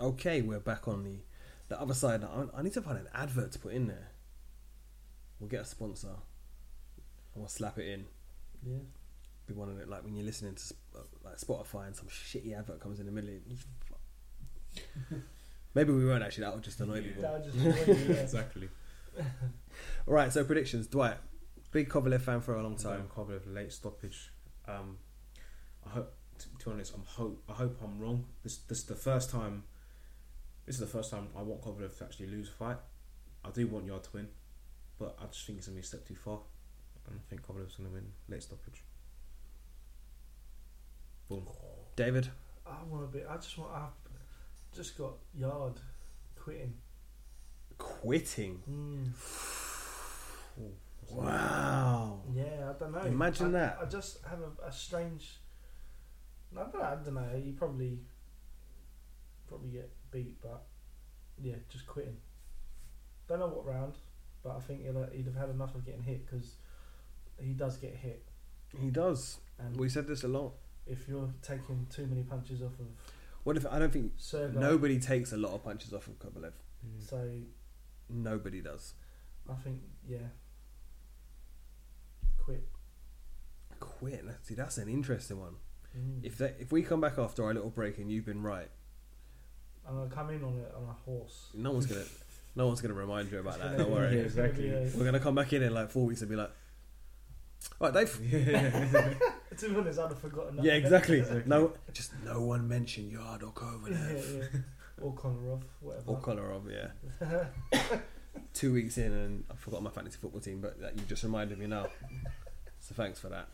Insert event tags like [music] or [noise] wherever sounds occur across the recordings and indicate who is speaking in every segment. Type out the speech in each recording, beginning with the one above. Speaker 1: Okay, we're back on the the other side. I, I need to find an advert to put in there. We'll get a sponsor. And we'll slap it in.
Speaker 2: Yeah.
Speaker 1: Be one of it like when you're listening to Sp- uh, like Spotify and some shitty advert comes in the middle. you- [laughs] Maybe we won't actually. That would just annoy
Speaker 3: Yeah.
Speaker 1: people.
Speaker 2: That would just annoy you, [laughs] yeah.
Speaker 3: Exactly.
Speaker 1: All right. So predictions. Dwight, big Kovalev fan for a long time.
Speaker 3: Time Kovalev late stoppage. Um, I hope. To, to be honest, I'm hope. I hope I'm wrong. This this is the first time. This is the first time I want Kovalev to actually lose a fight. I do want Yard to win, but I just think it's gonna be a step too far, and I think Kovalev's gonna win late stoppage. Boom. [laughs]
Speaker 1: David.
Speaker 2: I want to be. I just want. I just got yard quitting.
Speaker 1: Quitting.
Speaker 2: Mm.
Speaker 3: Ooh, that's
Speaker 1: Wow.
Speaker 2: Yeah, I don't know.
Speaker 1: Imagine
Speaker 2: I,
Speaker 1: that.
Speaker 2: I just have a, a strange. I don't, I don't know. You probably probably get beat, but yeah, just quitting. Don't know what round, but I think he'd, he'd have had enough of getting hit because he does get hit,
Speaker 1: He does.
Speaker 2: and
Speaker 1: We said this a lot.
Speaker 2: if you're taking too many punches off of
Speaker 1: What if I don't think
Speaker 2: Sergey,
Speaker 1: nobody takes a lot of punches off of Kovalev.
Speaker 3: Mm.
Speaker 2: so
Speaker 1: Nobody does.
Speaker 2: I think yeah, quit.
Speaker 1: Quit. See, that's an interesting one.
Speaker 2: Mm.
Speaker 1: If that, if we come back after our little break and you've been right,
Speaker 2: I'm gonna come in on a on a horse.
Speaker 1: no one's gonna, no one's gonna remind you about
Speaker 2: It's
Speaker 1: that.
Speaker 2: gonna
Speaker 1: Don't
Speaker 2: be- [laughs]
Speaker 1: worry.
Speaker 2: it's gonna be
Speaker 3: Exactly.
Speaker 1: We're gonna come back in in like four weeks and be like, all right,
Speaker 3: [laughs]
Speaker 1: Dave.
Speaker 2: a- To be honest, I'd have forgotten. that.
Speaker 1: Yeah, exactly. No, just no one mentioned Yard or
Speaker 2: [laughs] yeah, [laughs]
Speaker 1: Kovalev
Speaker 2: yeah. Or Kolarov, whatever.
Speaker 1: or Kolarov. Yeah. Two weeks in and I forgot my fantasy football team, but that you just reminded me now. so thanks for that.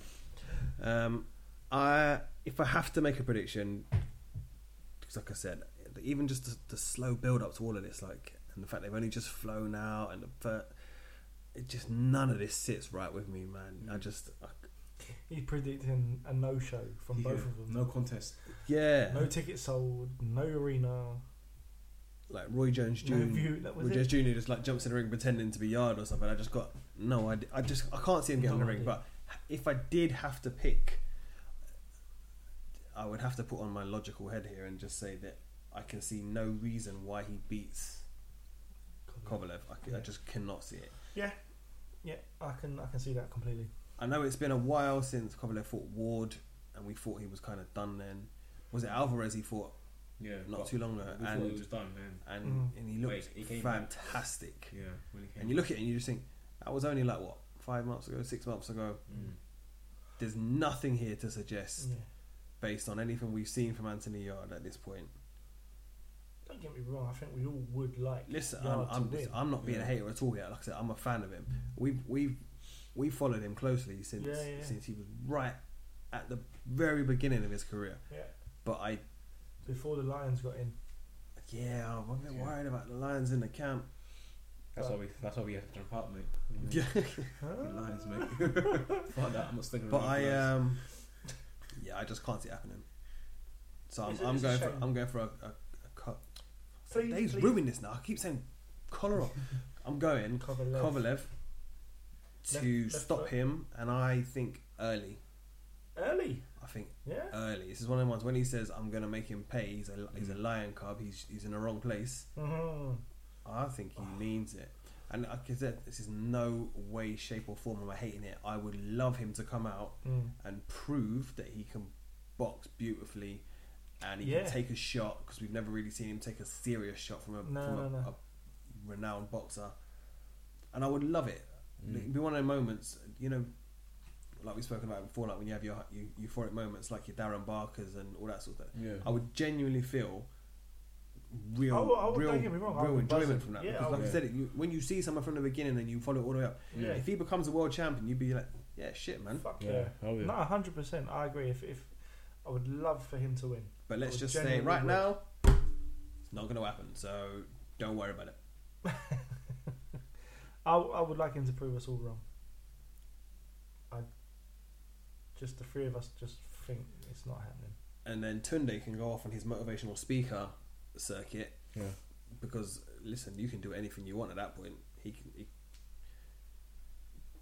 Speaker 1: Um, I if I have to make a prediction, 'cause like I said, even just the, the slow build up to all of this, like and the fact they've only just flown out and the fir- it just none of this sits right with me, man. I
Speaker 3: Mm.
Speaker 1: just I,
Speaker 2: He's predicting a no show from [laughs] both
Speaker 3: Yeah,
Speaker 2: of them.
Speaker 3: No contest.
Speaker 1: yeah,
Speaker 2: No tickets sold, no arena,
Speaker 1: like Roy Jones Jr.
Speaker 2: no view. That was
Speaker 1: Roy Jones
Speaker 2: it.
Speaker 1: Jr. just like jumps in the ring pretending to be Yard or something. I just got no idea. I just I can't see him getting
Speaker 2: No
Speaker 1: in the ring.
Speaker 2: idea.
Speaker 1: But if I did have to pick, I would have to put on my logical head here and just say that I can see no reason why he beats Kovalev. I, c- I
Speaker 2: Mm. Yeah.
Speaker 1: just cannot see it.
Speaker 2: Yeah, I can I can see that completely.
Speaker 1: I know it's been a while since Kovalev fought Ward, and we thought he was kind of done then. Was it Alvarez he fought
Speaker 3: Yeah.
Speaker 1: not too long ago?
Speaker 3: We thought it
Speaker 1: And
Speaker 3: was done then.
Speaker 1: and,
Speaker 2: Mm.
Speaker 1: and he looked
Speaker 3: Wait, he came back.
Speaker 1: fantastic.
Speaker 3: Yeah. When it came
Speaker 1: And you look at it and you just think, that was only like what, five months ago, six months ago.
Speaker 3: Mm.
Speaker 1: There's nothing here to suggest,
Speaker 2: Yeah.
Speaker 1: based on anything we've seen from Anthony Yard at this point.
Speaker 2: Don't get me wrong. I think we all would like.
Speaker 1: Listen, I'm,
Speaker 2: Yard
Speaker 1: I'm,
Speaker 2: to
Speaker 1: just-
Speaker 2: win.
Speaker 1: I'm not being a
Speaker 3: Yeah.
Speaker 1: hater at all yet. Like I said, I'm a fan of him. We've, we've, we followed him closely since,
Speaker 2: Yeah, yeah.
Speaker 1: since he was right at the very beginning of his career.
Speaker 2: Yeah.
Speaker 1: But I,
Speaker 2: Before the Lions got in,
Speaker 1: yeah, I'm a bit
Speaker 3: Yeah.
Speaker 1: worried about the Lions in the camp.
Speaker 3: That's why we. That's why we have to jump out, mate.
Speaker 1: [laughs] Yeah.
Speaker 2: huh?
Speaker 3: Good
Speaker 1: [laughs]
Speaker 3: lines, mate. Fuck that. I'm not sticking.
Speaker 1: But
Speaker 3: around
Speaker 1: I
Speaker 3: for those.
Speaker 1: um, yeah, I just can't see it happening. So I'm,
Speaker 2: It's a-
Speaker 1: I'm
Speaker 2: it's a
Speaker 1: going for
Speaker 2: shame.
Speaker 1: I'm going for a, a, a co-
Speaker 2: Please,
Speaker 1: Dave's
Speaker 2: please.
Speaker 1: ruining this now. I keep saying Kolarov.
Speaker 2: [laughs]
Speaker 1: I'm going
Speaker 2: Kovalev.
Speaker 1: Kovalev to
Speaker 2: Left- left
Speaker 1: stop
Speaker 2: foot.
Speaker 1: him, and I think early.
Speaker 2: Early.
Speaker 1: I think
Speaker 2: Yeah.
Speaker 1: early. This is one of the ones when he says I'm going to make him pay. He's a he's
Speaker 2: Mm.
Speaker 1: a lion cub. He's he's in the wrong place.
Speaker 2: hmm
Speaker 1: I think
Speaker 2: Oh.
Speaker 1: he means it. And like I said, this is no way, shape, or form am I hating it. I would love him to come out
Speaker 2: Mm.
Speaker 1: and prove that he can box beautifully and he
Speaker 2: Yeah.
Speaker 1: can take a shot because we've never really seen him take a serious shot from a,
Speaker 2: No,
Speaker 1: from a,
Speaker 2: no, no.
Speaker 1: a renowned boxer. And I would love it. It'd
Speaker 3: Mm.
Speaker 1: be one of the moments, you know, like we've spoken about before, like when you have your, your euphoric moments, like your Darren Barkers and all that sort of stuff.
Speaker 3: Yeah.
Speaker 1: I would genuinely feel real,
Speaker 2: I would- I would-
Speaker 1: real,
Speaker 2: don't get me wrong, I
Speaker 1: real
Speaker 2: would
Speaker 1: enjoyment
Speaker 2: buzz-
Speaker 1: from that.
Speaker 2: yeah,
Speaker 1: because
Speaker 2: I
Speaker 1: like I
Speaker 3: would.
Speaker 1: said, you, when you see someone from the beginning and you follow it all the way up,
Speaker 2: Yeah.
Speaker 1: if he becomes a world champion, you'd be like, yeah, shit, man.
Speaker 2: Fuck
Speaker 3: Yeah. Oh yeah.
Speaker 2: No, hundred percent. I agree. If, if I would love for him to win.
Speaker 1: But let's
Speaker 2: Or
Speaker 1: just say
Speaker 2: generally
Speaker 1: right
Speaker 2: would.
Speaker 1: now, it's not going to happen. So don't worry about it.
Speaker 2: I, I would like him to prove us all wrong. I just the three of us just think it's not happening.
Speaker 1: And then Tunde can go off on his motivational speaker circuit
Speaker 3: Yeah.
Speaker 1: because listen, you can do anything you want at that point. He can. He,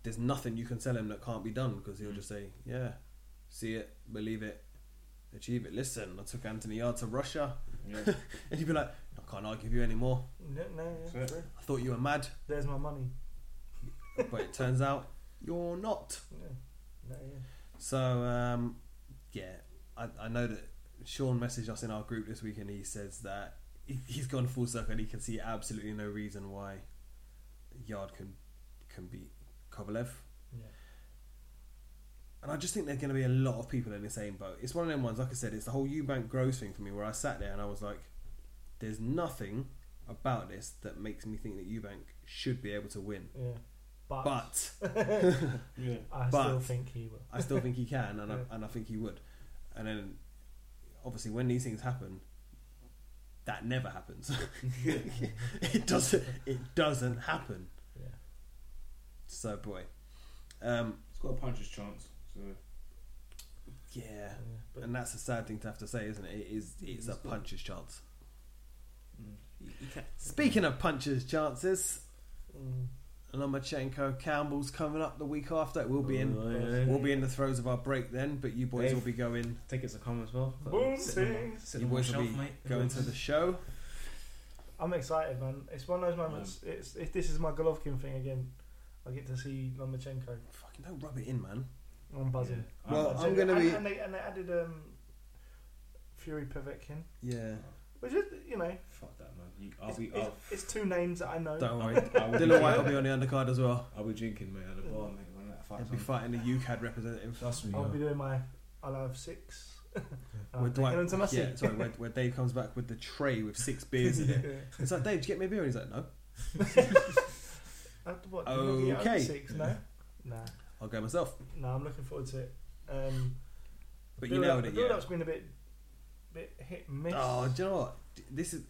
Speaker 1: there's nothing you can sell him that can't be done because he'll
Speaker 3: Mm.
Speaker 1: just say, yeah, see it, believe it, achieve it. Listen, I took Anthony Yard to Russia,
Speaker 3: [laughs] Yeah.
Speaker 1: and you'd be like, I can't argue with you anymore.
Speaker 2: No, no, yeah.
Speaker 3: That's it.
Speaker 1: I thought you were mad,
Speaker 2: There's my money.
Speaker 1: but it turns out you're not.
Speaker 2: Yeah. No, yeah.
Speaker 1: So um, yeah, I, I know that Sean messaged us in our group this week, and he says that he, he's gone full circle, and he can see absolutely no reason why Yard can can beat Kovalev.
Speaker 2: Yeah.
Speaker 1: And I just think there's going to be a lot of people in the same boat. It's one of them ones, like I said, it's the whole Eubank Groves thing for me, where I sat there and I was like, "There's nothing about this that makes me think that Eubank should be able to win."
Speaker 2: Yeah. But,
Speaker 1: But
Speaker 3: Yeah.
Speaker 2: I still
Speaker 1: but-
Speaker 2: think he will.
Speaker 1: I still think he can, and
Speaker 2: Yeah.
Speaker 1: I, and I think he would. And then, obviously, when these things happen, that never happens. [laughs] it doesn't. It doesn't happen.
Speaker 2: Yeah.
Speaker 1: So boy, um,
Speaker 3: He's got a puncher's chance. So
Speaker 1: yeah.
Speaker 2: yeah. But
Speaker 1: And that's a sad thing to have to say, isn't it? It is. It's a
Speaker 3: It's not-
Speaker 1: puncher's chance.
Speaker 3: mm.
Speaker 1: Speaking of puncher's chances,
Speaker 2: mm,
Speaker 1: Lomachenko Campbell's coming up the week after. We'll be in.
Speaker 3: Oh, yeah.
Speaker 1: We'll be in the throes of our break then, but you boys
Speaker 3: Dave.
Speaker 1: will be going.
Speaker 3: Tickets are coming as well.
Speaker 2: Boom,
Speaker 3: Sitting on-
Speaker 2: sing.
Speaker 1: You
Speaker 3: sitting on my
Speaker 1: boys will
Speaker 3: shelf,
Speaker 1: be
Speaker 3: mate.
Speaker 1: going to the show.
Speaker 2: I'm excited, man. It's one of those moments. It's if this is my Golovkin thing again, I get to see Lomachenko.
Speaker 1: Fucking don't rub it in, man.
Speaker 2: I'm buzzing.
Speaker 3: Yeah.
Speaker 1: Well,
Speaker 2: That's
Speaker 1: I'm
Speaker 2: it.
Speaker 1: gonna
Speaker 2: and,
Speaker 1: be-
Speaker 2: And they, and they added um, Fury Povetkin,
Speaker 1: Yeah.
Speaker 2: which is you know,
Speaker 3: Fuck that, man. You, I'll
Speaker 2: it's,
Speaker 3: be.
Speaker 2: it's,
Speaker 3: I'll,
Speaker 2: it's two names that I know.
Speaker 1: Don't worry.
Speaker 3: I will
Speaker 1: Dylan White will
Speaker 3: be,
Speaker 1: be on the undercard as well.
Speaker 3: I'll be drinking, mate, at the bar, mate, when that
Speaker 1: He'll
Speaker 3: fight's
Speaker 1: be
Speaker 3: on.
Speaker 1: fighting the UCAD representative.
Speaker 3: That's me.
Speaker 2: I'll
Speaker 3: man.
Speaker 2: be doing my. I'll have six. [laughs] I'll
Speaker 1: Where
Speaker 2: take
Speaker 1: Dwight,
Speaker 2: it into my
Speaker 1: yeah,
Speaker 2: seat.
Speaker 1: sorry,
Speaker 2: [laughs]
Speaker 1: where, where Dave comes back with the tray with [laughs] six beers in it. It's like, Dave, did you get me a beer? And he's like, no,
Speaker 2: Uh, what, did we get out
Speaker 1: Okay.
Speaker 2: Six, no, nah,
Speaker 1: I'll go myself.
Speaker 2: nah. I'm looking forward to it. Um,
Speaker 1: But
Speaker 2: the
Speaker 1: you
Speaker 2: build-up-
Speaker 1: nailed
Speaker 2: The
Speaker 1: it,
Speaker 2: build
Speaker 1: yeah.
Speaker 2: up's been a bit, bit hit and miss.
Speaker 1: Oh, do you know what? D- This is.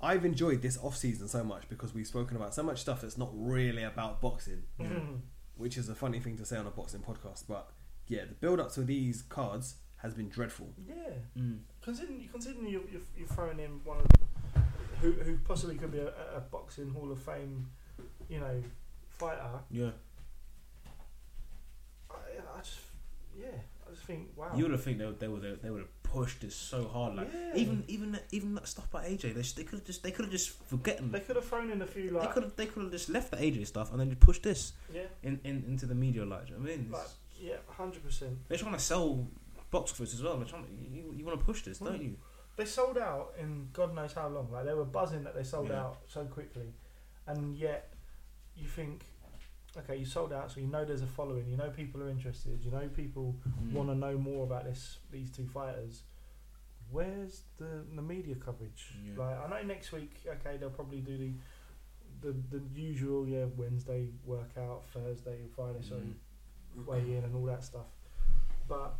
Speaker 1: I've enjoyed this off season so much because we've spoken about so much stuff that's not really about boxing,
Speaker 2: Mm.
Speaker 1: which is a funny thing to say on a boxing podcast. But yeah, the build up to these cards has been dreadful.
Speaker 2: yeah.
Speaker 3: Mm.
Speaker 2: Considering, considering you're, you're, you're throwing in one of who, who possibly could be a, a boxing Hall of Fame, you know, fighter.
Speaker 3: Yeah.
Speaker 2: I, I just, yeah, I just think, wow.
Speaker 3: You would have think they, would- they would have, they would have pushed this so hard, like
Speaker 2: Yeah.
Speaker 3: even even even that stuff by AJ. They, sh- they could have just they could have just forgotten.
Speaker 2: they
Speaker 3: They
Speaker 2: could have thrown in a few like,
Speaker 3: could have they could have just left the AJ stuff and then just pushed this
Speaker 2: yeah,
Speaker 3: in, in into the media light. do you know what I mean,
Speaker 2: like
Speaker 3: It's-
Speaker 2: yeah, hundred percent.
Speaker 3: they're trying to sell box office as well. They're trying to, you, you want to push this, don't you?
Speaker 2: They sold out in God knows how long. Like they were buzzing that they sold
Speaker 3: Yeah.
Speaker 2: out so quickly, and yet you think, okay, you sold out, so you know there's a following. You know people are interested. You know people
Speaker 3: Mm. Hmm.
Speaker 2: want to know more about this these two fighters. Where's the the media coverage?
Speaker 3: Yeah.
Speaker 2: Like I know next week, okay, they'll probably do the the, the usual yeah Wednesday workout, Thursday and Friday,
Speaker 3: Hmm.
Speaker 2: sorry,
Speaker 3: Mm.
Speaker 2: weigh in and all that stuff. But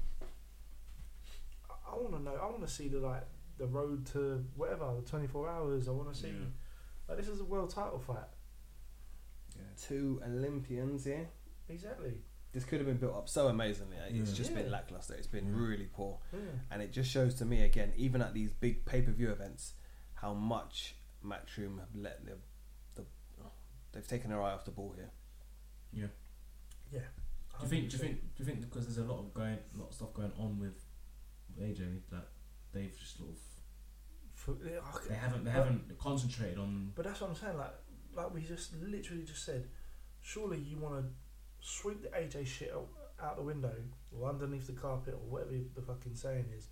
Speaker 2: I- I want to know. I want to see the like the road to whatever the twenty four hours. I want to see
Speaker 3: Yeah.
Speaker 2: like this is a world title fight.
Speaker 1: Two Olympians here.
Speaker 2: Exactly.
Speaker 1: this could have been built up so amazingly. eh? It's
Speaker 3: Yeah.
Speaker 1: just been
Speaker 2: Yeah.
Speaker 1: lackluster. It's been
Speaker 3: Yeah.
Speaker 1: really poor,
Speaker 2: Yeah.
Speaker 1: and it just shows to me again, even at these big pay per view events, how much Matchroom have let the, the they've taken their eye off the ball here.
Speaker 2: Yeah.
Speaker 3: Do you think? Do you think? Do you think? Because there's a lot of going, a lot of stuff going on with AJ that they've just sort of
Speaker 2: For- yeah, okay.
Speaker 3: they haven't they haven't concentrated on.
Speaker 2: But that's what I'm saying. Like, like we just literally just said, surely you want to sweep the AJ shit out, out the window or underneath the carpet or whatever the fucking saying is.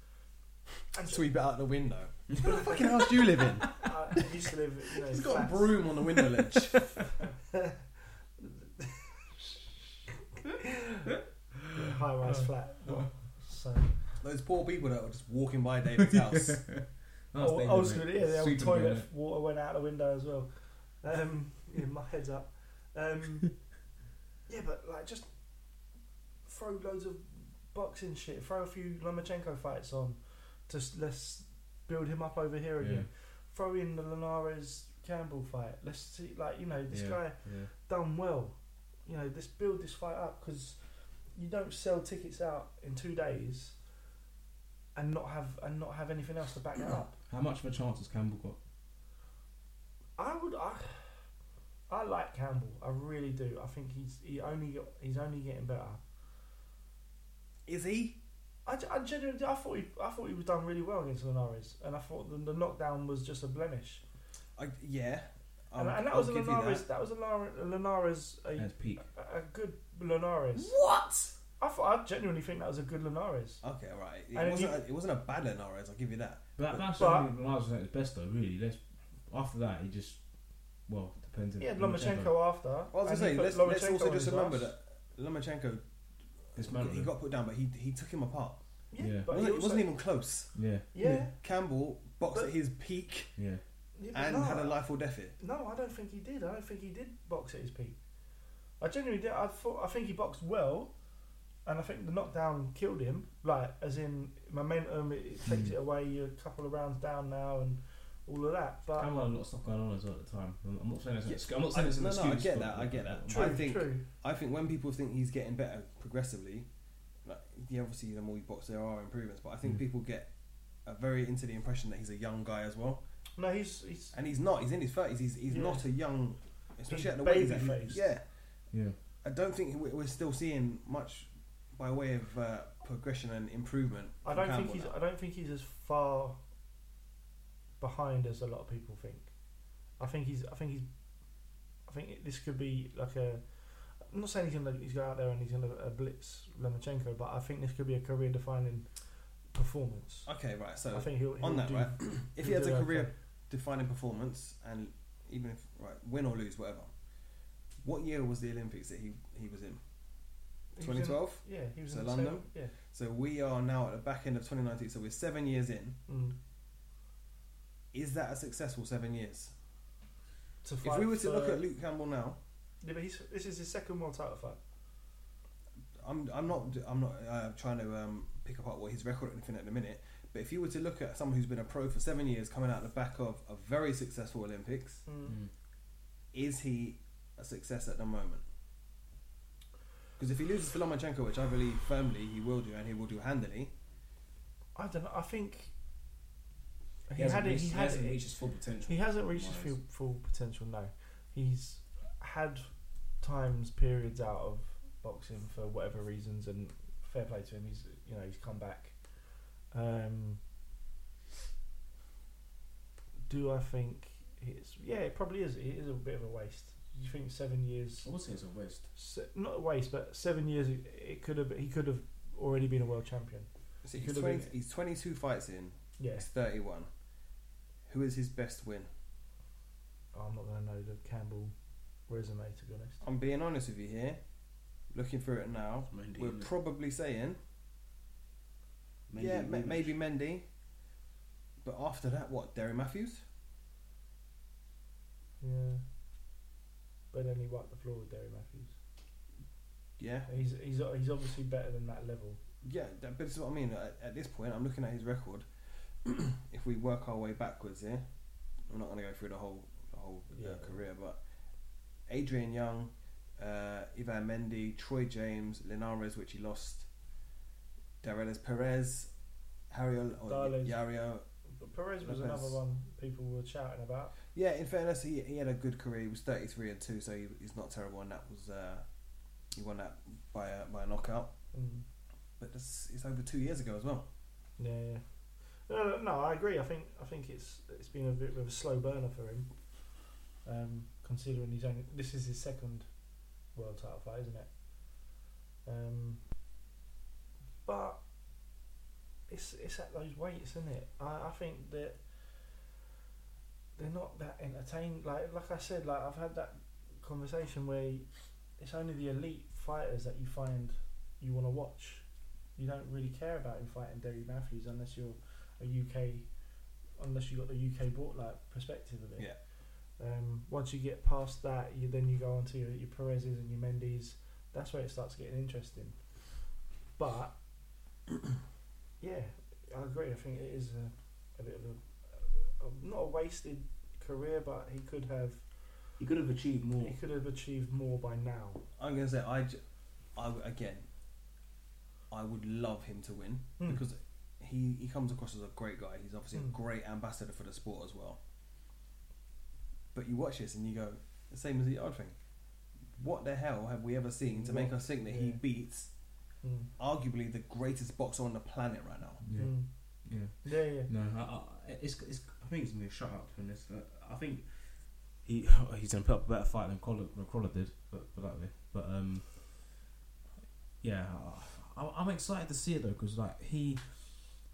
Speaker 2: And so
Speaker 1: Sweep it out the window. what the fucking house do you live in?
Speaker 2: I used to live, you
Speaker 1: [laughs]
Speaker 2: know,
Speaker 1: He's got a
Speaker 2: flats.
Speaker 1: broom on the window ledge.
Speaker 2: [laughs] high rise flat. So
Speaker 1: Those poor people that were just walking by David's house.
Speaker 3: No,
Speaker 2: old,
Speaker 3: it's David,
Speaker 2: old
Speaker 3: mate.
Speaker 2: school, yeah, the old
Speaker 3: Sweeping
Speaker 2: toilet
Speaker 3: down it.
Speaker 2: water went out the window as well. Um, yeah, my head's up. Um, yeah, but like just throw loads of boxing shit, throw a few Lomachenko fights on, just let's build him up over here again. Throw in the Linares Campbell fight. Let's see, like you know, this
Speaker 3: Yeah.
Speaker 2: guy
Speaker 3: Yeah.
Speaker 2: done well. You know, let's build this fight up because you don't sell tickets out in two days and not have and not have anything else to back that up.
Speaker 3: How much of a chance has Campbell got?
Speaker 2: I would. I, I like Campbell. I really do. I think he's he only he's only getting better.
Speaker 1: Is he?
Speaker 2: I, ge- I genuinely, I thought he, I thought he was done really well against Linares, and I thought the, the knockdown was just a blemish.
Speaker 1: I, yeah,
Speaker 2: And,
Speaker 1: I'll-
Speaker 2: and that
Speaker 1: I'll
Speaker 2: was a
Speaker 1: give you
Speaker 2: Linares. That. was a Linares. a Linares a,
Speaker 4: That's peak.
Speaker 2: a- a good Linares.
Speaker 1: What?
Speaker 2: I thought I genuinely think that was a good Linares.
Speaker 1: Okay, all right. It
Speaker 2: And
Speaker 1: wasn't.
Speaker 2: you-
Speaker 1: a, it wasn't a bad Linares. I'll give you that.
Speaker 4: But that's
Speaker 2: But-
Speaker 4: only Lars was at his best though. Really, let's after that he just well depends. if-
Speaker 2: He had Lomachenko after.
Speaker 1: Well, I was
Speaker 2: and
Speaker 1: going
Speaker 2: he
Speaker 1: to
Speaker 2: put
Speaker 1: say, let's, let's
Speaker 2: Lomachenko
Speaker 1: also
Speaker 2: on
Speaker 1: just
Speaker 2: his
Speaker 1: remember
Speaker 2: ass.
Speaker 1: that Lomachenko,
Speaker 4: Dismantled
Speaker 1: he
Speaker 4: him.
Speaker 1: got put down, but he he took him apart.
Speaker 2: Yeah,
Speaker 4: Yeah.
Speaker 2: but
Speaker 1: wasn't,
Speaker 2: he
Speaker 1: it
Speaker 2: also,
Speaker 1: wasn't even close.
Speaker 4: Yeah,
Speaker 2: yeah,
Speaker 1: Campbell boxed
Speaker 2: But-
Speaker 1: at his peak
Speaker 4: yeah.
Speaker 2: yeah, but
Speaker 1: and
Speaker 2: no,
Speaker 1: had a life or death it.
Speaker 2: No, I don't think he did. I don't think he did box at his peak. I genuinely did. I thought I think he boxed well, and I think the knockdown killed him. Like as in momentum, it, it takes it away. You're a couple of rounds down now, and all of that. But
Speaker 4: Campbell had a lot of stuff going on as well at the time. I'm I'm not saying that's
Speaker 1: Uh,
Speaker 4: an
Speaker 1: Yeah,
Speaker 4: excuse. I'm not saying
Speaker 1: I-
Speaker 4: it's an
Speaker 1: no, no, I
Speaker 4: excuse.
Speaker 1: get
Speaker 4: for-
Speaker 1: that, I get that.
Speaker 2: true,
Speaker 1: I think-
Speaker 2: true.
Speaker 1: I think when people think he's getting better progressively, like yeah, obviously the more you box, there are improvements. But I think
Speaker 2: Hmm.
Speaker 4: Mm.
Speaker 1: people get uh very into the impression that he's a young guy as well,
Speaker 2: No, he's he's
Speaker 1: and he's not. He's in his thirties. He's he's
Speaker 2: Yeah.
Speaker 1: not a young, especially
Speaker 2: He's
Speaker 1: at the way he's at.
Speaker 2: baby-faced.
Speaker 1: Yeah,
Speaker 4: Yeah,
Speaker 1: I don't think we- we're still seeing much by way of uh, progression and improvement.
Speaker 2: I
Speaker 1: from
Speaker 2: don't think
Speaker 1: Campbell
Speaker 2: he's.
Speaker 1: now.
Speaker 2: I don't think he's as far behind as a lot of people think. I think he's. I think he's. I think it, this could be like a. I'm not saying he's gonna. He's going out there and he's gonna uh, blitz Lomachenko, but I think this could be a career-defining performance.
Speaker 1: Okay, right.
Speaker 2: I
Speaker 1: So
Speaker 2: think he'll. he'll
Speaker 1: on that,
Speaker 2: do, [clears throat]
Speaker 1: right? if he
Speaker 2: he'll
Speaker 1: has a
Speaker 2: do okay.
Speaker 1: career defining performance, and even if right, win or lose, whatever. What year was the Olympics that he he was in?
Speaker 2: He was in-
Speaker 1: 2012.
Speaker 2: Yeah, he was
Speaker 1: So
Speaker 2: in
Speaker 1: London?
Speaker 2: The, same-
Speaker 1: So we are now at the back end of 2019. So we're seven years in.
Speaker 2: yeah. Mm.
Speaker 1: Is that a successful seven years?
Speaker 2: To
Speaker 1: if
Speaker 2: fight
Speaker 1: we were to
Speaker 2: for-
Speaker 1: look at Luke Campbell now,
Speaker 2: yeah, but he's, this is his second world title fight.
Speaker 1: I'm I'm not I'm not uh, trying to um, pick apart what his record or anything at the minute. But if you were to look at someone who's been a pro for seven years, coming out the back of a very successful Olympics,
Speaker 2: Mm.
Speaker 4: Mm.
Speaker 1: is he a success at the moment? Because if he loses to Lomachenko, which I believe firmly he will do, and he will do handily,
Speaker 2: I don't know. I think
Speaker 3: He, hasn't
Speaker 2: it-
Speaker 3: reached, he,
Speaker 2: had
Speaker 3: hasn't
Speaker 2: it.
Speaker 3: reached his full potential.
Speaker 2: He hasn't reached his
Speaker 3: Wise.
Speaker 2: full, full potential. No, he's had times periods out of boxing for whatever reasons, and fair play to him. He's you know he's come back. Um, do I think it's yeah? It probably is. It is a bit of a waste. You think seven years?
Speaker 3: I would say it's a waste.
Speaker 2: Se- not a waste, but seven years. It, it could have. He could have already been a world champion.
Speaker 1: so
Speaker 2: He
Speaker 1: he's,
Speaker 2: could have
Speaker 1: 20,
Speaker 2: been-
Speaker 1: he's 22 fights in,
Speaker 2: Yeah,
Speaker 1: he's 31. Who is his best win?
Speaker 2: I'm not gonna know the Campbell resume to be honest.
Speaker 1: I'm being honest with you here. Looking through it now,
Speaker 3: Mendy,
Speaker 1: we're
Speaker 3: isn't it?
Speaker 1: probably saying,
Speaker 3: Mendy,
Speaker 1: yeah, ma-
Speaker 3: Williams.
Speaker 1: maybe Mendy. But after that, what? Derry Matthews?
Speaker 2: Yeah. But then he wiped the floor with Derry Matthews.
Speaker 1: Yeah.
Speaker 2: He's he's he's obviously better than that level.
Speaker 1: Yeah, that, but it's what I mean. At, at this point, I'm looking at his record. [clears throat] if we work our way backwards here, I'm not going to go through the whole the whole
Speaker 2: Yeah.
Speaker 1: uh, career, but Adrian Young, uh, Ivan Mendy, Troy James, Linares, which he lost, Darelis Perez, Harriel or
Speaker 2: Darles.
Speaker 1: Yario.
Speaker 2: But Perez was
Speaker 1: Lopez.
Speaker 2: another one people were shouting about.
Speaker 1: Yeah, in fairness, he, he had a good career. He was 33 and two, so he, he's not terrible, and that was uh, he won that by a, by a knockout.
Speaker 2: Mm.
Speaker 1: But this, it's over two years ago as well.
Speaker 2: Yeah, yeah. No, no, no, I agree. I think I think it's it's been a bit of a slow burner for him. Um, considering he's only this is his second world title fight, isn't it? Um, but it's it's at those weights, isn't it? I, I think that they're not that entertained. Like like I said, like I've had that conversation where it's only the elite fighters that you find you want to watch you don't really care about him fighting Derry Matthews unless you're a UK, unless you got the UK bought like perspective of it. Yeah. Um, once you get past that, you then you go on to your, your Perez's and your Mendes. That's where it starts getting interesting. But [clears throat] yeah, I agree. I think it is a, a bit of a, a not a wasted career, but he could have
Speaker 3: He could have achieved
Speaker 2: he
Speaker 3: more.
Speaker 2: could have achieved more by now.
Speaker 1: I'm gonna say I, j- I w- again, I would love him to win
Speaker 2: Hmm.
Speaker 1: because he he comes across as a great guy. He's obviously
Speaker 2: Hmm.
Speaker 1: a great ambassador for the sport as well. But you watch this and you go the same as the odd thing. What the hell have we ever seen to make
Speaker 2: What-
Speaker 1: us think that he
Speaker 2: yeah.
Speaker 1: beats
Speaker 2: Mm.
Speaker 1: arguably the greatest boxer on the planet right now.
Speaker 4: Yeah.
Speaker 2: Mm.
Speaker 4: Yeah.
Speaker 2: Yeah, yeah.
Speaker 4: No. I, I,
Speaker 3: It's, it's, I think he's gonna shut up in this. Uh, I think he [laughs] he's gonna put up a better fight than Crawler, than Crawler did, but but that way. But um, yeah, I, I'm excited to see it though because like he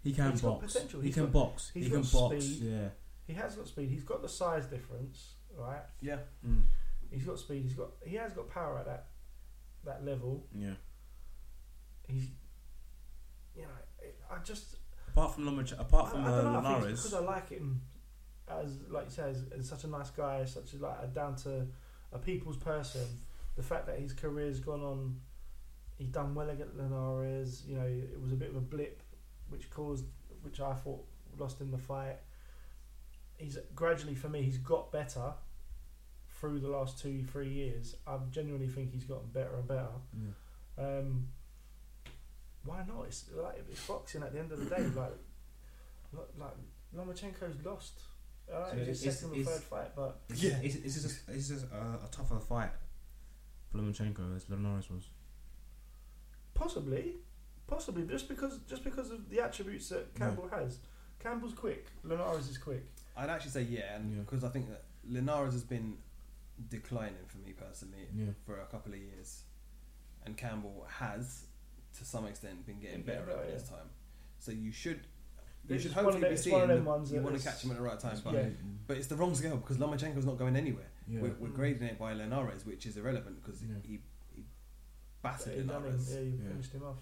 Speaker 3: he can
Speaker 2: He's got
Speaker 3: box,
Speaker 2: potential,
Speaker 3: he
Speaker 2: he's
Speaker 3: can
Speaker 2: got-
Speaker 3: box, he
Speaker 2: he's
Speaker 3: can
Speaker 2: got
Speaker 3: box.
Speaker 2: speed.
Speaker 3: Yeah,
Speaker 2: He has got speed. He's got the size difference, right?
Speaker 1: Yeah.
Speaker 3: mm.
Speaker 2: He's got speed. He's got he has got power at that that level.
Speaker 3: yeah.
Speaker 2: He's you know it, I just
Speaker 3: Apart from Lomach, apart from
Speaker 2: I, I
Speaker 3: uh,
Speaker 2: don't know. I think it's
Speaker 3: Linares,
Speaker 2: because I like him as like you says and such a nice guy, such a like a down to a people's person. The fact that his career's gone on, he's done well against Linares. You know, it was a bit of a blip, which caused which I thought lost him the fight. He's gradually for me, he's got better through the last two three years. I genuinely think he's gotten better and better.
Speaker 4: yeah.
Speaker 2: Um, why not? It's like it's boxing at the end of the day. Like, [coughs] lo- like Lomachenko's lost. Uh,
Speaker 3: So
Speaker 2: it was his
Speaker 3: it's-
Speaker 2: second or
Speaker 3: it's-
Speaker 2: third fight, but
Speaker 1: Yeah.
Speaker 3: Is is this a, is this a, a tougher fight for Lomachenko as Linares was?
Speaker 2: possibly, possibly just because just because of the attributes that Campbell has. Campbell's quick. Linares is quick.
Speaker 1: I'd actually say yeah, and
Speaker 4: Yeah.
Speaker 1: because I think that Linares has been declining for me personally
Speaker 4: Yeah.
Speaker 1: for a couple of years, and Campbell has, to some extent, been getting
Speaker 2: Been
Speaker 1: better
Speaker 2: getting
Speaker 1: over
Speaker 2: better,
Speaker 1: this time. So you should, you
Speaker 2: It's
Speaker 1: should
Speaker 2: one of
Speaker 1: hopefully
Speaker 2: the-
Speaker 1: be
Speaker 2: it's one
Speaker 1: seeing.
Speaker 2: of them
Speaker 1: The,
Speaker 2: ones
Speaker 1: you
Speaker 2: that
Speaker 1: want to
Speaker 2: is-
Speaker 1: catch him at the right time, but
Speaker 2: Yeah.
Speaker 1: but it's the wrong scale because Lomachenko's not going anywhere.
Speaker 4: Yeah.
Speaker 1: We're, we're
Speaker 2: Mm.
Speaker 1: grading it by Linares, which is irrelevant because
Speaker 4: Yeah.
Speaker 1: he he
Speaker 2: But
Speaker 1: battered
Speaker 2: he done him.
Speaker 1: Linares.
Speaker 2: Yeah, you
Speaker 3: Yeah.
Speaker 2: finished him off.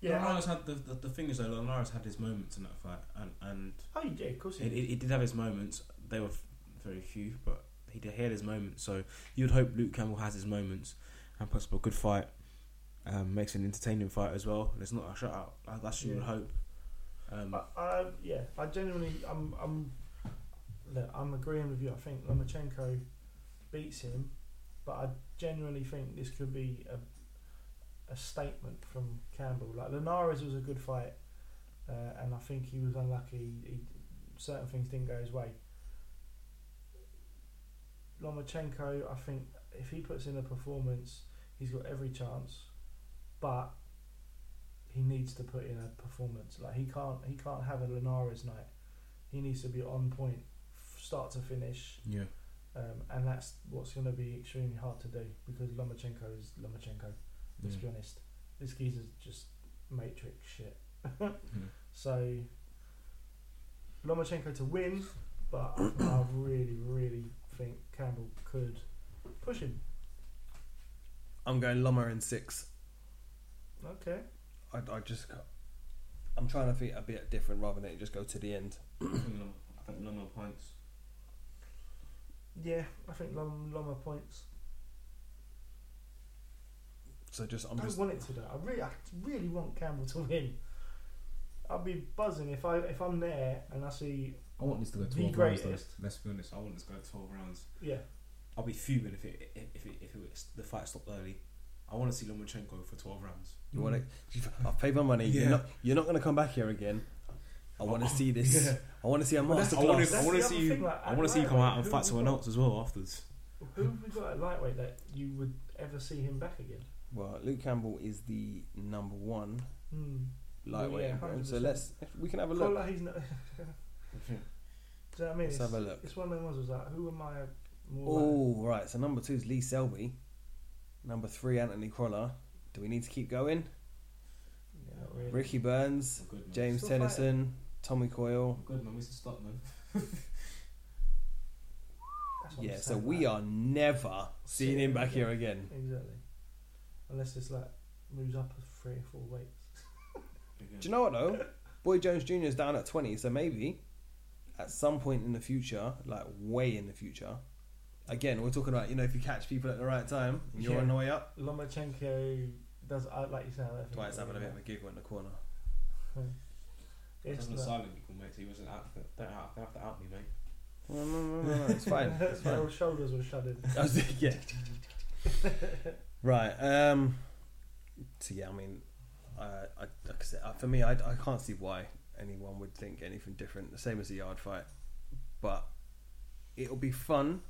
Speaker 3: Yeah,
Speaker 2: Yeah.
Speaker 3: Linares had the, the the thing is though Linares had his moments in that fight, and and
Speaker 2: I- oh, yeah, of course he
Speaker 3: it,
Speaker 2: did.
Speaker 3: it, it did have his moments. They were f- very few, but he did he had his moments. So you'd hope Luke Campbell has his moments and puts up a good fight, um, makes an entertaining fight as well. And it's not a shutout. Like, that's what you would
Speaker 2: Yeah.
Speaker 3: hope. Um,
Speaker 2: I, I, yeah, I genuinely, I'm, I'm, look, I'm agreeing with you. I think Lomachenko beats him, but I genuinely think this could be a, a statement from Campbell. Like Linares was a good fight, uh, and I think he was unlucky. He, certain things didn't go his way. Lomachenko, I think if he puts in a performance, he's got every chance, but he needs to put in a performance. Like he can't he can't have a Linares night. He needs to be on point, f- start to finish,
Speaker 3: yeah,
Speaker 2: um, and that's what's going to be extremely hard to do because Lomachenko is Lomachenko. Let's be honest, this geezer's just matrix shit. So Lomachenko to win, but
Speaker 1: [coughs]
Speaker 2: I really really think Campbell could push him.
Speaker 1: I'm going Loma in six.
Speaker 2: Okay.
Speaker 1: I, I just I'm trying to think a bit different rather than it just go to the end.
Speaker 3: I think Lom- I think Loma points.
Speaker 2: Yeah, I think Lom- Loma points.
Speaker 1: So just I'm
Speaker 2: I
Speaker 1: just
Speaker 2: want it to though. I really, I really want Campbell to win. I'd be buzzing if I if I'm there and I see
Speaker 4: I want this to go
Speaker 2: The
Speaker 4: twelve rounds. though.
Speaker 2: greatest.
Speaker 3: Let's be honest. I want this to go twelve rounds.
Speaker 2: yeah
Speaker 3: I'll be fuming if it if if, it, if it was, the fight stopped early. I want to see Lomachenko for twelve rounds.
Speaker 1: you want it. I've paid my money.
Speaker 3: Yeah.
Speaker 1: You're not you're not going to come back here again. I [laughs] want to see this. I want to see a
Speaker 3: But that's- I want to,
Speaker 1: masterclass.
Speaker 2: That's
Speaker 3: I
Speaker 2: the
Speaker 3: want to
Speaker 2: other
Speaker 3: see you.
Speaker 2: thing, like,
Speaker 3: I
Speaker 2: at
Speaker 3: want to see you come out
Speaker 2: lightweight,
Speaker 3: and
Speaker 2: who
Speaker 3: fight
Speaker 2: we
Speaker 3: someone
Speaker 2: got?
Speaker 3: else as well afterwards.
Speaker 2: who have we got at lightweight that you would ever see him back again.
Speaker 1: Well, Luke Campbell is the number one
Speaker 2: Hmm.
Speaker 1: lightweight.
Speaker 2: Yeah,
Speaker 1: in Britain, so
Speaker 2: 100%.
Speaker 1: let's we can have a look.
Speaker 2: Collar, he's not. [laughs] Do you know what I mean?
Speaker 1: Let's
Speaker 2: it's,
Speaker 1: have a look.
Speaker 2: it's one of those ones. Was like, who am I? More
Speaker 1: Oh right, so number two is Lee Selby, number three Anthony Crawler. Do we need to keep going?
Speaker 2: like? Yeah, not really.
Speaker 1: Ricky Burns,
Speaker 3: Good, man.
Speaker 1: James
Speaker 2: Still
Speaker 1: Tennyson, Tommy Coyle.
Speaker 3: Good man, we should stop man.
Speaker 2: That's what I'm
Speaker 1: Yeah, so
Speaker 2: saying,
Speaker 1: we
Speaker 2: like,
Speaker 1: are never seeing him back here again.
Speaker 2: exactly. Unless it's like moves up three or four weights. [laughs]
Speaker 1: Do you know what though? Boy Jones Jr. is down at twenty, so maybe at some point in the future, like way in the future, again we're talking about you know if you catch people at the right time and you're
Speaker 2: Yeah.
Speaker 1: on the way up.
Speaker 2: Lomachenko does I like you said. I don't think
Speaker 1: Dwight's
Speaker 2: he'll
Speaker 1: having a
Speaker 2: win
Speaker 1: bit of
Speaker 2: that.
Speaker 1: a giggle in the corner.
Speaker 2: It's
Speaker 3: I'm
Speaker 2: not-
Speaker 3: silent people, mate. So he wasn't out. Don't have, don't have to out me, mate.
Speaker 1: No, no, no, no, no, [laughs] it's fine. It's fine.
Speaker 2: [laughs]
Speaker 1: Hmm.
Speaker 2: Their shoulders were shuddered.
Speaker 1: I was thinking- yeah. Right. Um. So yeah, I mean, I, I like I said, uh, for me, I, I can't see why anyone would think anything different. The same as the yard fight, but it'll be fun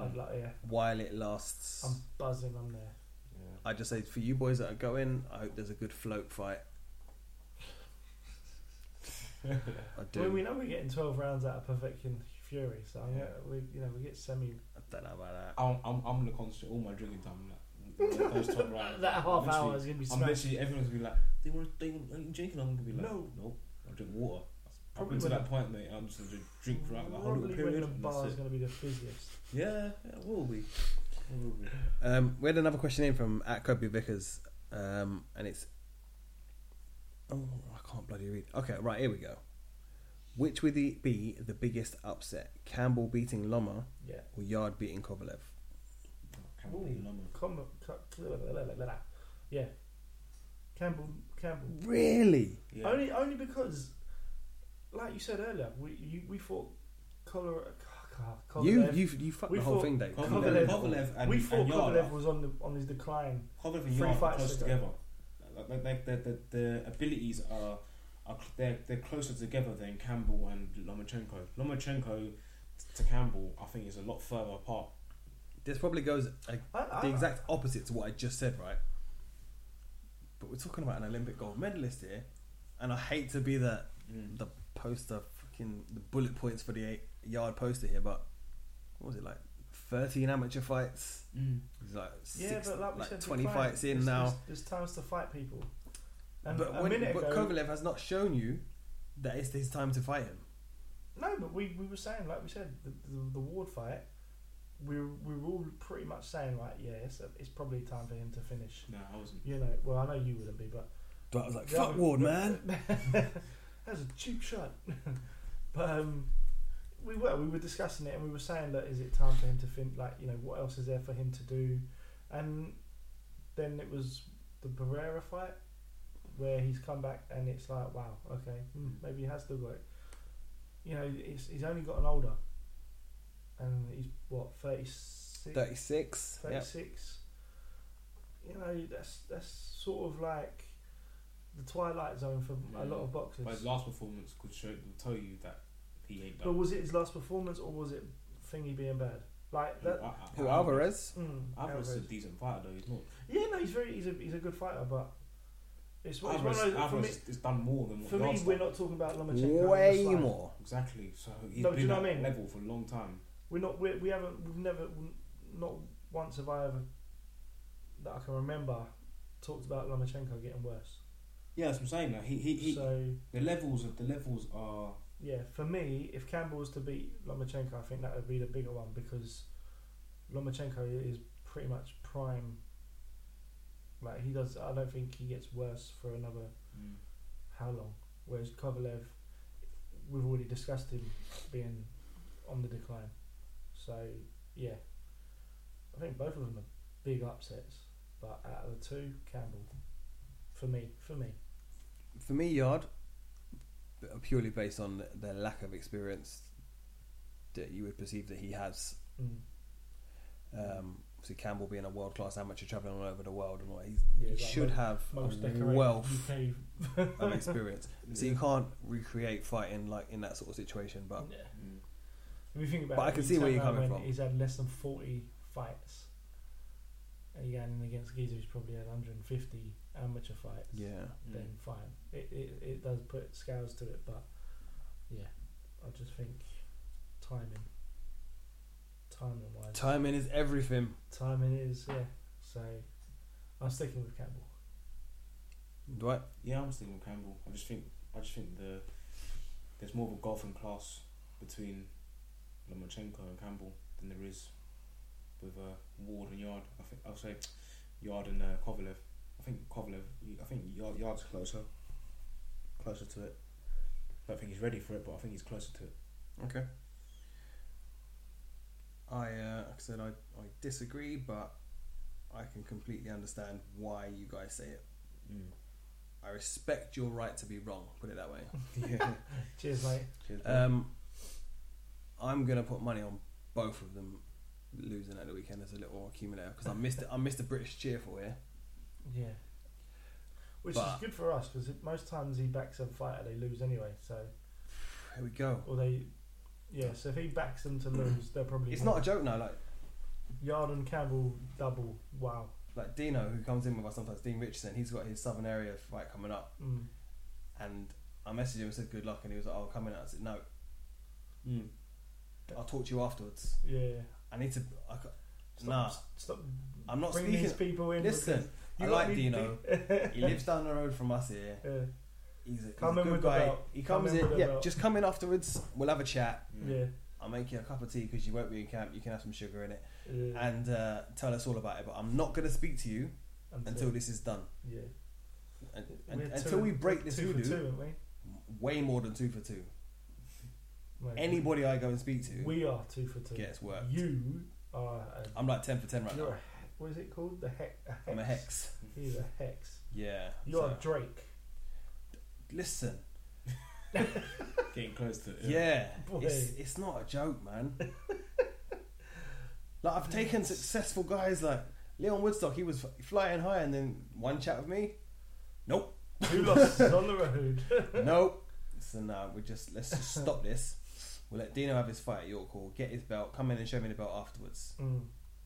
Speaker 2: I'd like, yeah,
Speaker 3: Mm.
Speaker 1: while it lasts.
Speaker 2: I'm buzzing. I'm there.
Speaker 3: yeah.
Speaker 1: I just say for you boys that are going, I hope there's a good float fight. I do.
Speaker 2: Well, we know we're getting 12 rounds out of Perfect and Fury, so I'm
Speaker 3: Yeah.
Speaker 2: gonna- we, you know, we get semi.
Speaker 1: I don't know about that.
Speaker 3: I'm, I'm, I'm gonna concentrate all my drinking time on that. Those
Speaker 2: [laughs]
Speaker 3: top rounds.
Speaker 2: that half hour
Speaker 3: Literally,
Speaker 2: is going to be
Speaker 3: I'm
Speaker 2: smashed.
Speaker 3: literally everyone's gonna be like, they want, they want any drink, and I'm gonna be like,
Speaker 2: No.
Speaker 3: no, I'll drink water. Up
Speaker 2: Probably
Speaker 3: until
Speaker 2: when
Speaker 3: that point, mate, I'm just gonna drink- drink throughout the whole little
Speaker 2: Probably when
Speaker 3: period.
Speaker 2: the
Speaker 3: and
Speaker 2: bar
Speaker 3: that's
Speaker 2: is
Speaker 3: it.
Speaker 2: going to be the busiest.
Speaker 3: Yeah, yeah, it will be. It will be.
Speaker 1: Um, we had another question in from at Kobe Vickers, um, and it's oh I can't bloody read. Okay, right here we go. Which would the- be the biggest upset? Campbell beating Loma
Speaker 2: Yeah.
Speaker 1: or Yard beating Kovalev?
Speaker 3: Can't believe number.
Speaker 2: Com- yeah. Campbell. Campbell.
Speaker 1: Really?
Speaker 3: Yeah.
Speaker 2: Only, only because, like you said earlier, we you, we thought Color,
Speaker 1: You you you fucked
Speaker 2: We
Speaker 1: the whole
Speaker 2: thought
Speaker 1: thing, Dave.
Speaker 2: Kovalev-
Speaker 3: Kovalev and,
Speaker 2: we
Speaker 3: and
Speaker 2: thought
Speaker 3: Yara.
Speaker 2: Kovalev was on the on his decline.
Speaker 3: Kovalev
Speaker 2: Three
Speaker 3: and Yara are
Speaker 2: fights
Speaker 3: close
Speaker 2: ago.
Speaker 3: together. Like, like, like the, the, the abilities are, are cl- they're, they're closer together than Campbell and Lomachenko. Lomachenko to Campbell, I think, is a lot further apart.
Speaker 1: This probably goes uh,
Speaker 2: I, I,
Speaker 1: the exact opposite to what I just said, right? But we're talking about an Olympic gold medalist here, and I hate to be the the poster, fucking the bullet points for the eight yard poster here, but what was it like? Thirteen amateur fights.
Speaker 3: Mm.
Speaker 1: It's like six,
Speaker 2: yeah, but like
Speaker 1: like,
Speaker 2: we said,
Speaker 1: twenty
Speaker 2: decline.
Speaker 1: fights in
Speaker 2: There's-
Speaker 1: now.
Speaker 2: There's, there's times to fight people. And
Speaker 1: But,
Speaker 2: a
Speaker 1: when,
Speaker 2: minute
Speaker 1: but
Speaker 2: ago,
Speaker 1: Kovalev has not shown you that it's his time to fight him.
Speaker 2: no, but we, we were saying like we said the, the, the Ward fight. We were- we were all pretty much saying like yeah, it's, it's probably time for him to finish.
Speaker 3: No, I wasn't.
Speaker 2: You know, well I know you wouldn't be, but
Speaker 1: But I was like,
Speaker 2: Yeah,
Speaker 1: "Fuck
Speaker 2: but-
Speaker 1: Ward, man."
Speaker 2: [laughs] That's a cheap shot. [laughs] but um, we were we were discussing it and we were saying that is it time for him to think like you know what else is there for him to do, and then it was the Barrera fight where he's come back and it's like wow okay hmm,
Speaker 3: Mm.
Speaker 2: maybe he has still got it. You know he's he's only gotten older, and he's what thirty six.
Speaker 1: Thirty six. Yep.
Speaker 2: 36 you know that's that's sort of like the twilight zone for a lot of boxers
Speaker 3: But his last performance could show, will tell you that he ain't
Speaker 2: but
Speaker 3: done.
Speaker 2: was it his last performance or was it thingy being bad like that
Speaker 3: I- I-
Speaker 1: Who
Speaker 3: I-
Speaker 1: Alvarez?
Speaker 2: mm,
Speaker 3: Alvarez is a
Speaker 2: Alvarez.
Speaker 3: decent fighter, though. He's not.
Speaker 2: yeah no he's very he's a, he's a good fighter but it's, one- it's one of
Speaker 3: Alvarez,
Speaker 2: those, for me,
Speaker 3: Alvarez has done more than what
Speaker 2: for
Speaker 3: Yara
Speaker 2: me we're
Speaker 3: done.
Speaker 2: not talking about Lomachenko on
Speaker 1: Way
Speaker 2: this line.
Speaker 1: more.
Speaker 3: Exactly. So he's
Speaker 2: No, do
Speaker 3: been
Speaker 2: you know
Speaker 3: at
Speaker 2: what I
Speaker 3: that
Speaker 2: mean?
Speaker 3: level for a long time.
Speaker 2: we're not we're, we haven't we've never not once have I ever that I can remember talked about Lomachenko getting worse
Speaker 3: Yeah, that's what I'm saying. Like, he, he, he,
Speaker 2: so
Speaker 3: the levels of the levels are
Speaker 2: Yeah, for me, if Campbell was to beat Lomachenko, I think that would be the bigger one because Lomachenko is pretty much prime. Like he does, I don't think he gets worse for another how long. Whereas Kovalev, we've already discussed him being on the decline. So yeah, I think both of them are big upsets. But out of the two, Campbell, for me, for me,
Speaker 1: For me, Yard, purely based on the lack of experience that you would perceive that he has
Speaker 2: mm.
Speaker 1: um, obviously Campbell being a world class amateur traveling all over the world and what he's,
Speaker 2: Yeah,
Speaker 1: he
Speaker 2: he's like
Speaker 1: should
Speaker 2: mo-
Speaker 1: have
Speaker 2: most
Speaker 1: a
Speaker 2: decorated
Speaker 1: wealth
Speaker 2: UK. [laughs]
Speaker 1: of experience. So
Speaker 3: Yeah.
Speaker 1: you can't recreate fighting like in that sort of situation. But
Speaker 2: Yeah.
Speaker 3: Mm.
Speaker 2: If you think about
Speaker 1: But
Speaker 2: it,
Speaker 1: I can
Speaker 2: you
Speaker 1: see where
Speaker 2: turn
Speaker 1: you're
Speaker 2: around
Speaker 1: coming
Speaker 2: when
Speaker 1: from.
Speaker 2: He's had less than 40 fights. And you're going in against Giza, who's probably had 150 amateur fights.
Speaker 1: yeah,
Speaker 2: Then fine. It, it, it does put scales to it, but yeah, I just think timing. Timing wise.
Speaker 1: timing is everything.
Speaker 2: timing is, yeah. So I'm sticking with Campbell.
Speaker 1: Right?
Speaker 3: Yeah, I'm sticking with Campbell. I just think I just think the there's more of a golfing class between Lomachenko and Campbell than there is with uh, Ward and Yard. I think I'll say Yard and uh, Kovalev. I think Kovalev. I think Yard, Yard's closer, closer to it. I don't think he's ready for it, but I think he's closer to it.
Speaker 1: Okay. I uh, like I said I, I disagree, but I can completely understand why you guys say it. I respect your right to be wrong. Put it that way.
Speaker 3: yeah.
Speaker 2: Cheers, mate.
Speaker 3: Cheers, bro.
Speaker 1: Um, I'm gonna put money on both of them losing at the weekend as a little accumulator because I missed I missed the British cheer for here.
Speaker 2: Yeah. Which
Speaker 1: But-
Speaker 2: is good for us because most times he backs a fighter, they lose anyway. So.
Speaker 1: Here we go.
Speaker 2: or they yeah so if he backs
Speaker 1: Mm.
Speaker 2: them to lose they're probably
Speaker 1: It's not a joke now. Like
Speaker 2: Yard and Campbell double wow
Speaker 1: like Dino, who comes in with us sometimes, Dean Richardson, he's got his Southern Area fight coming up,
Speaker 2: Mm.
Speaker 1: and I messaged him and said good luck, and he was like, "I'll come in." I said, "No,
Speaker 2: Hmm.
Speaker 3: Mm.
Speaker 1: I'll talk to you afterwards.
Speaker 2: Yeah.
Speaker 1: I need to." I, ca-
Speaker 2: Stop,
Speaker 1: Nah. [laughs]
Speaker 2: Stop
Speaker 1: I'm not
Speaker 2: bringing these
Speaker 1: speaking.
Speaker 2: people in.
Speaker 1: Listen, I
Speaker 2: got
Speaker 1: like
Speaker 2: me- [laughs]
Speaker 1: Dino.
Speaker 2: yeah.
Speaker 1: he lives down the road from us here. He's a, he's
Speaker 2: Come
Speaker 1: a
Speaker 2: in
Speaker 1: good
Speaker 2: with the
Speaker 1: guy.
Speaker 2: belt.
Speaker 1: He
Speaker 2: Come
Speaker 1: comes
Speaker 2: in
Speaker 1: in.
Speaker 2: with the
Speaker 1: Yeah,
Speaker 2: belt.
Speaker 1: just come in afterwards. We'll have a chat.
Speaker 2: Yeah.
Speaker 1: I'll make you a cup of tea because you won't be in camp. You can have some sugar in it
Speaker 2: Yeah.
Speaker 1: and uh, tell us all about it. But I'm not going to speak to you until this is done.
Speaker 2: yeah.
Speaker 1: And,
Speaker 2: We're
Speaker 1: and,
Speaker 2: two-
Speaker 1: until we break this
Speaker 2: two for
Speaker 1: voodoo,
Speaker 2: two, aren't we?
Speaker 1: way more than two for two.
Speaker 2: Mate,
Speaker 1: Anybody I go and speak to
Speaker 2: We are two for two.
Speaker 1: gets work.
Speaker 2: You are. A,
Speaker 1: I'm like ten for ten right
Speaker 2: you're
Speaker 1: now.
Speaker 2: a, he- what is it called? The hex. A hex.
Speaker 1: I'm a hex.
Speaker 2: He's a hex.
Speaker 1: Yeah.
Speaker 2: You're
Speaker 1: so-
Speaker 2: a
Speaker 1: [laughs]
Speaker 2: Drake.
Speaker 1: listen.
Speaker 3: Getting close to it.
Speaker 1: Yeah,
Speaker 2: Boy.
Speaker 1: it's, it's not a joke,
Speaker 2: [laughs]
Speaker 1: man. like I've taken successful guys like Leon Woodstock. He was f- flying high, and then one chat with me. Nope,
Speaker 2: Two losses on the road.
Speaker 1: nope. So no, we just let's just
Speaker 2: [laughs]
Speaker 1: stop this. We'll let Dino have his fight at York Hall, get his belt, come in and show me the belt afterwards.
Speaker 2: Mm.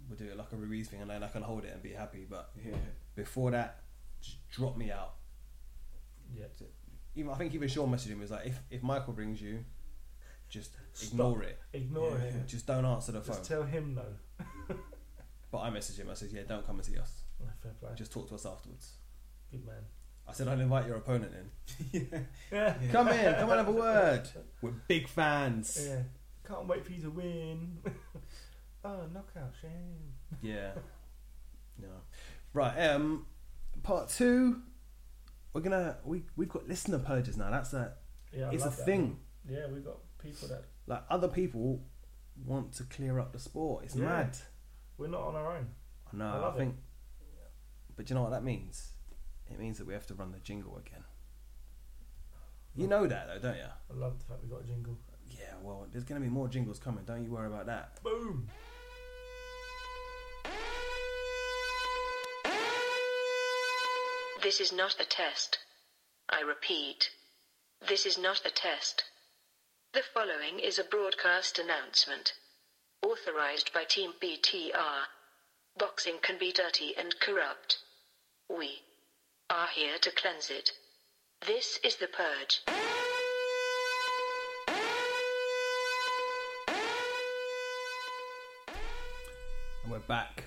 Speaker 1: We'll do it like a Ruiz thing, and then I can hold it and be happy. But
Speaker 3: Yeah.
Speaker 1: before that, just drop me out.
Speaker 2: Yeah.
Speaker 1: Even I think even Sean messaged him he was like, if if Michael brings you, just
Speaker 2: Stop.
Speaker 1: ignore it.
Speaker 2: Ignore
Speaker 3: Yeah.
Speaker 2: him.
Speaker 1: Just don't answer the phone.
Speaker 2: Just tell him no.
Speaker 1: But I messaged him. I said, "Yeah, don't come and see us.
Speaker 2: Oh, Fair play.
Speaker 1: Just talk to us afterwards."
Speaker 2: Good man.
Speaker 1: I said, "I'll invite your opponent in.
Speaker 2: Yeah.
Speaker 1: Come in, come and have a word. We're big fans."
Speaker 2: Yeah. Can't wait for you to win. [laughs] oh, knockout, shame.
Speaker 1: Yeah. [laughs] No. Right. Um, part two. We're gonna we we've got listener purges now. That's a
Speaker 2: Yeah, I
Speaker 1: it's a
Speaker 2: love that.
Speaker 1: thing.
Speaker 2: Yeah, we got people that
Speaker 1: Like other people want to clear up the sport. It's
Speaker 2: Yeah.
Speaker 1: mad.
Speaker 2: we're not on our own.
Speaker 1: I know.
Speaker 2: I
Speaker 1: I,
Speaker 2: love it.
Speaker 1: think. But you know what that means? It means that we have to run the jingle again. You know that though, don't you?
Speaker 2: I love the fact we got a jingle.
Speaker 1: Yeah, well, there's going to be more jingles coming. Don't you worry about that.
Speaker 2: Boom.
Speaker 5: This is not a test. I repeat. This is not a test. The following is a broadcast announcement. Authorized by Team BTR. Boxing can be dirty and corrupt. We are here to cleanse it. This is the purge.
Speaker 1: And we're back.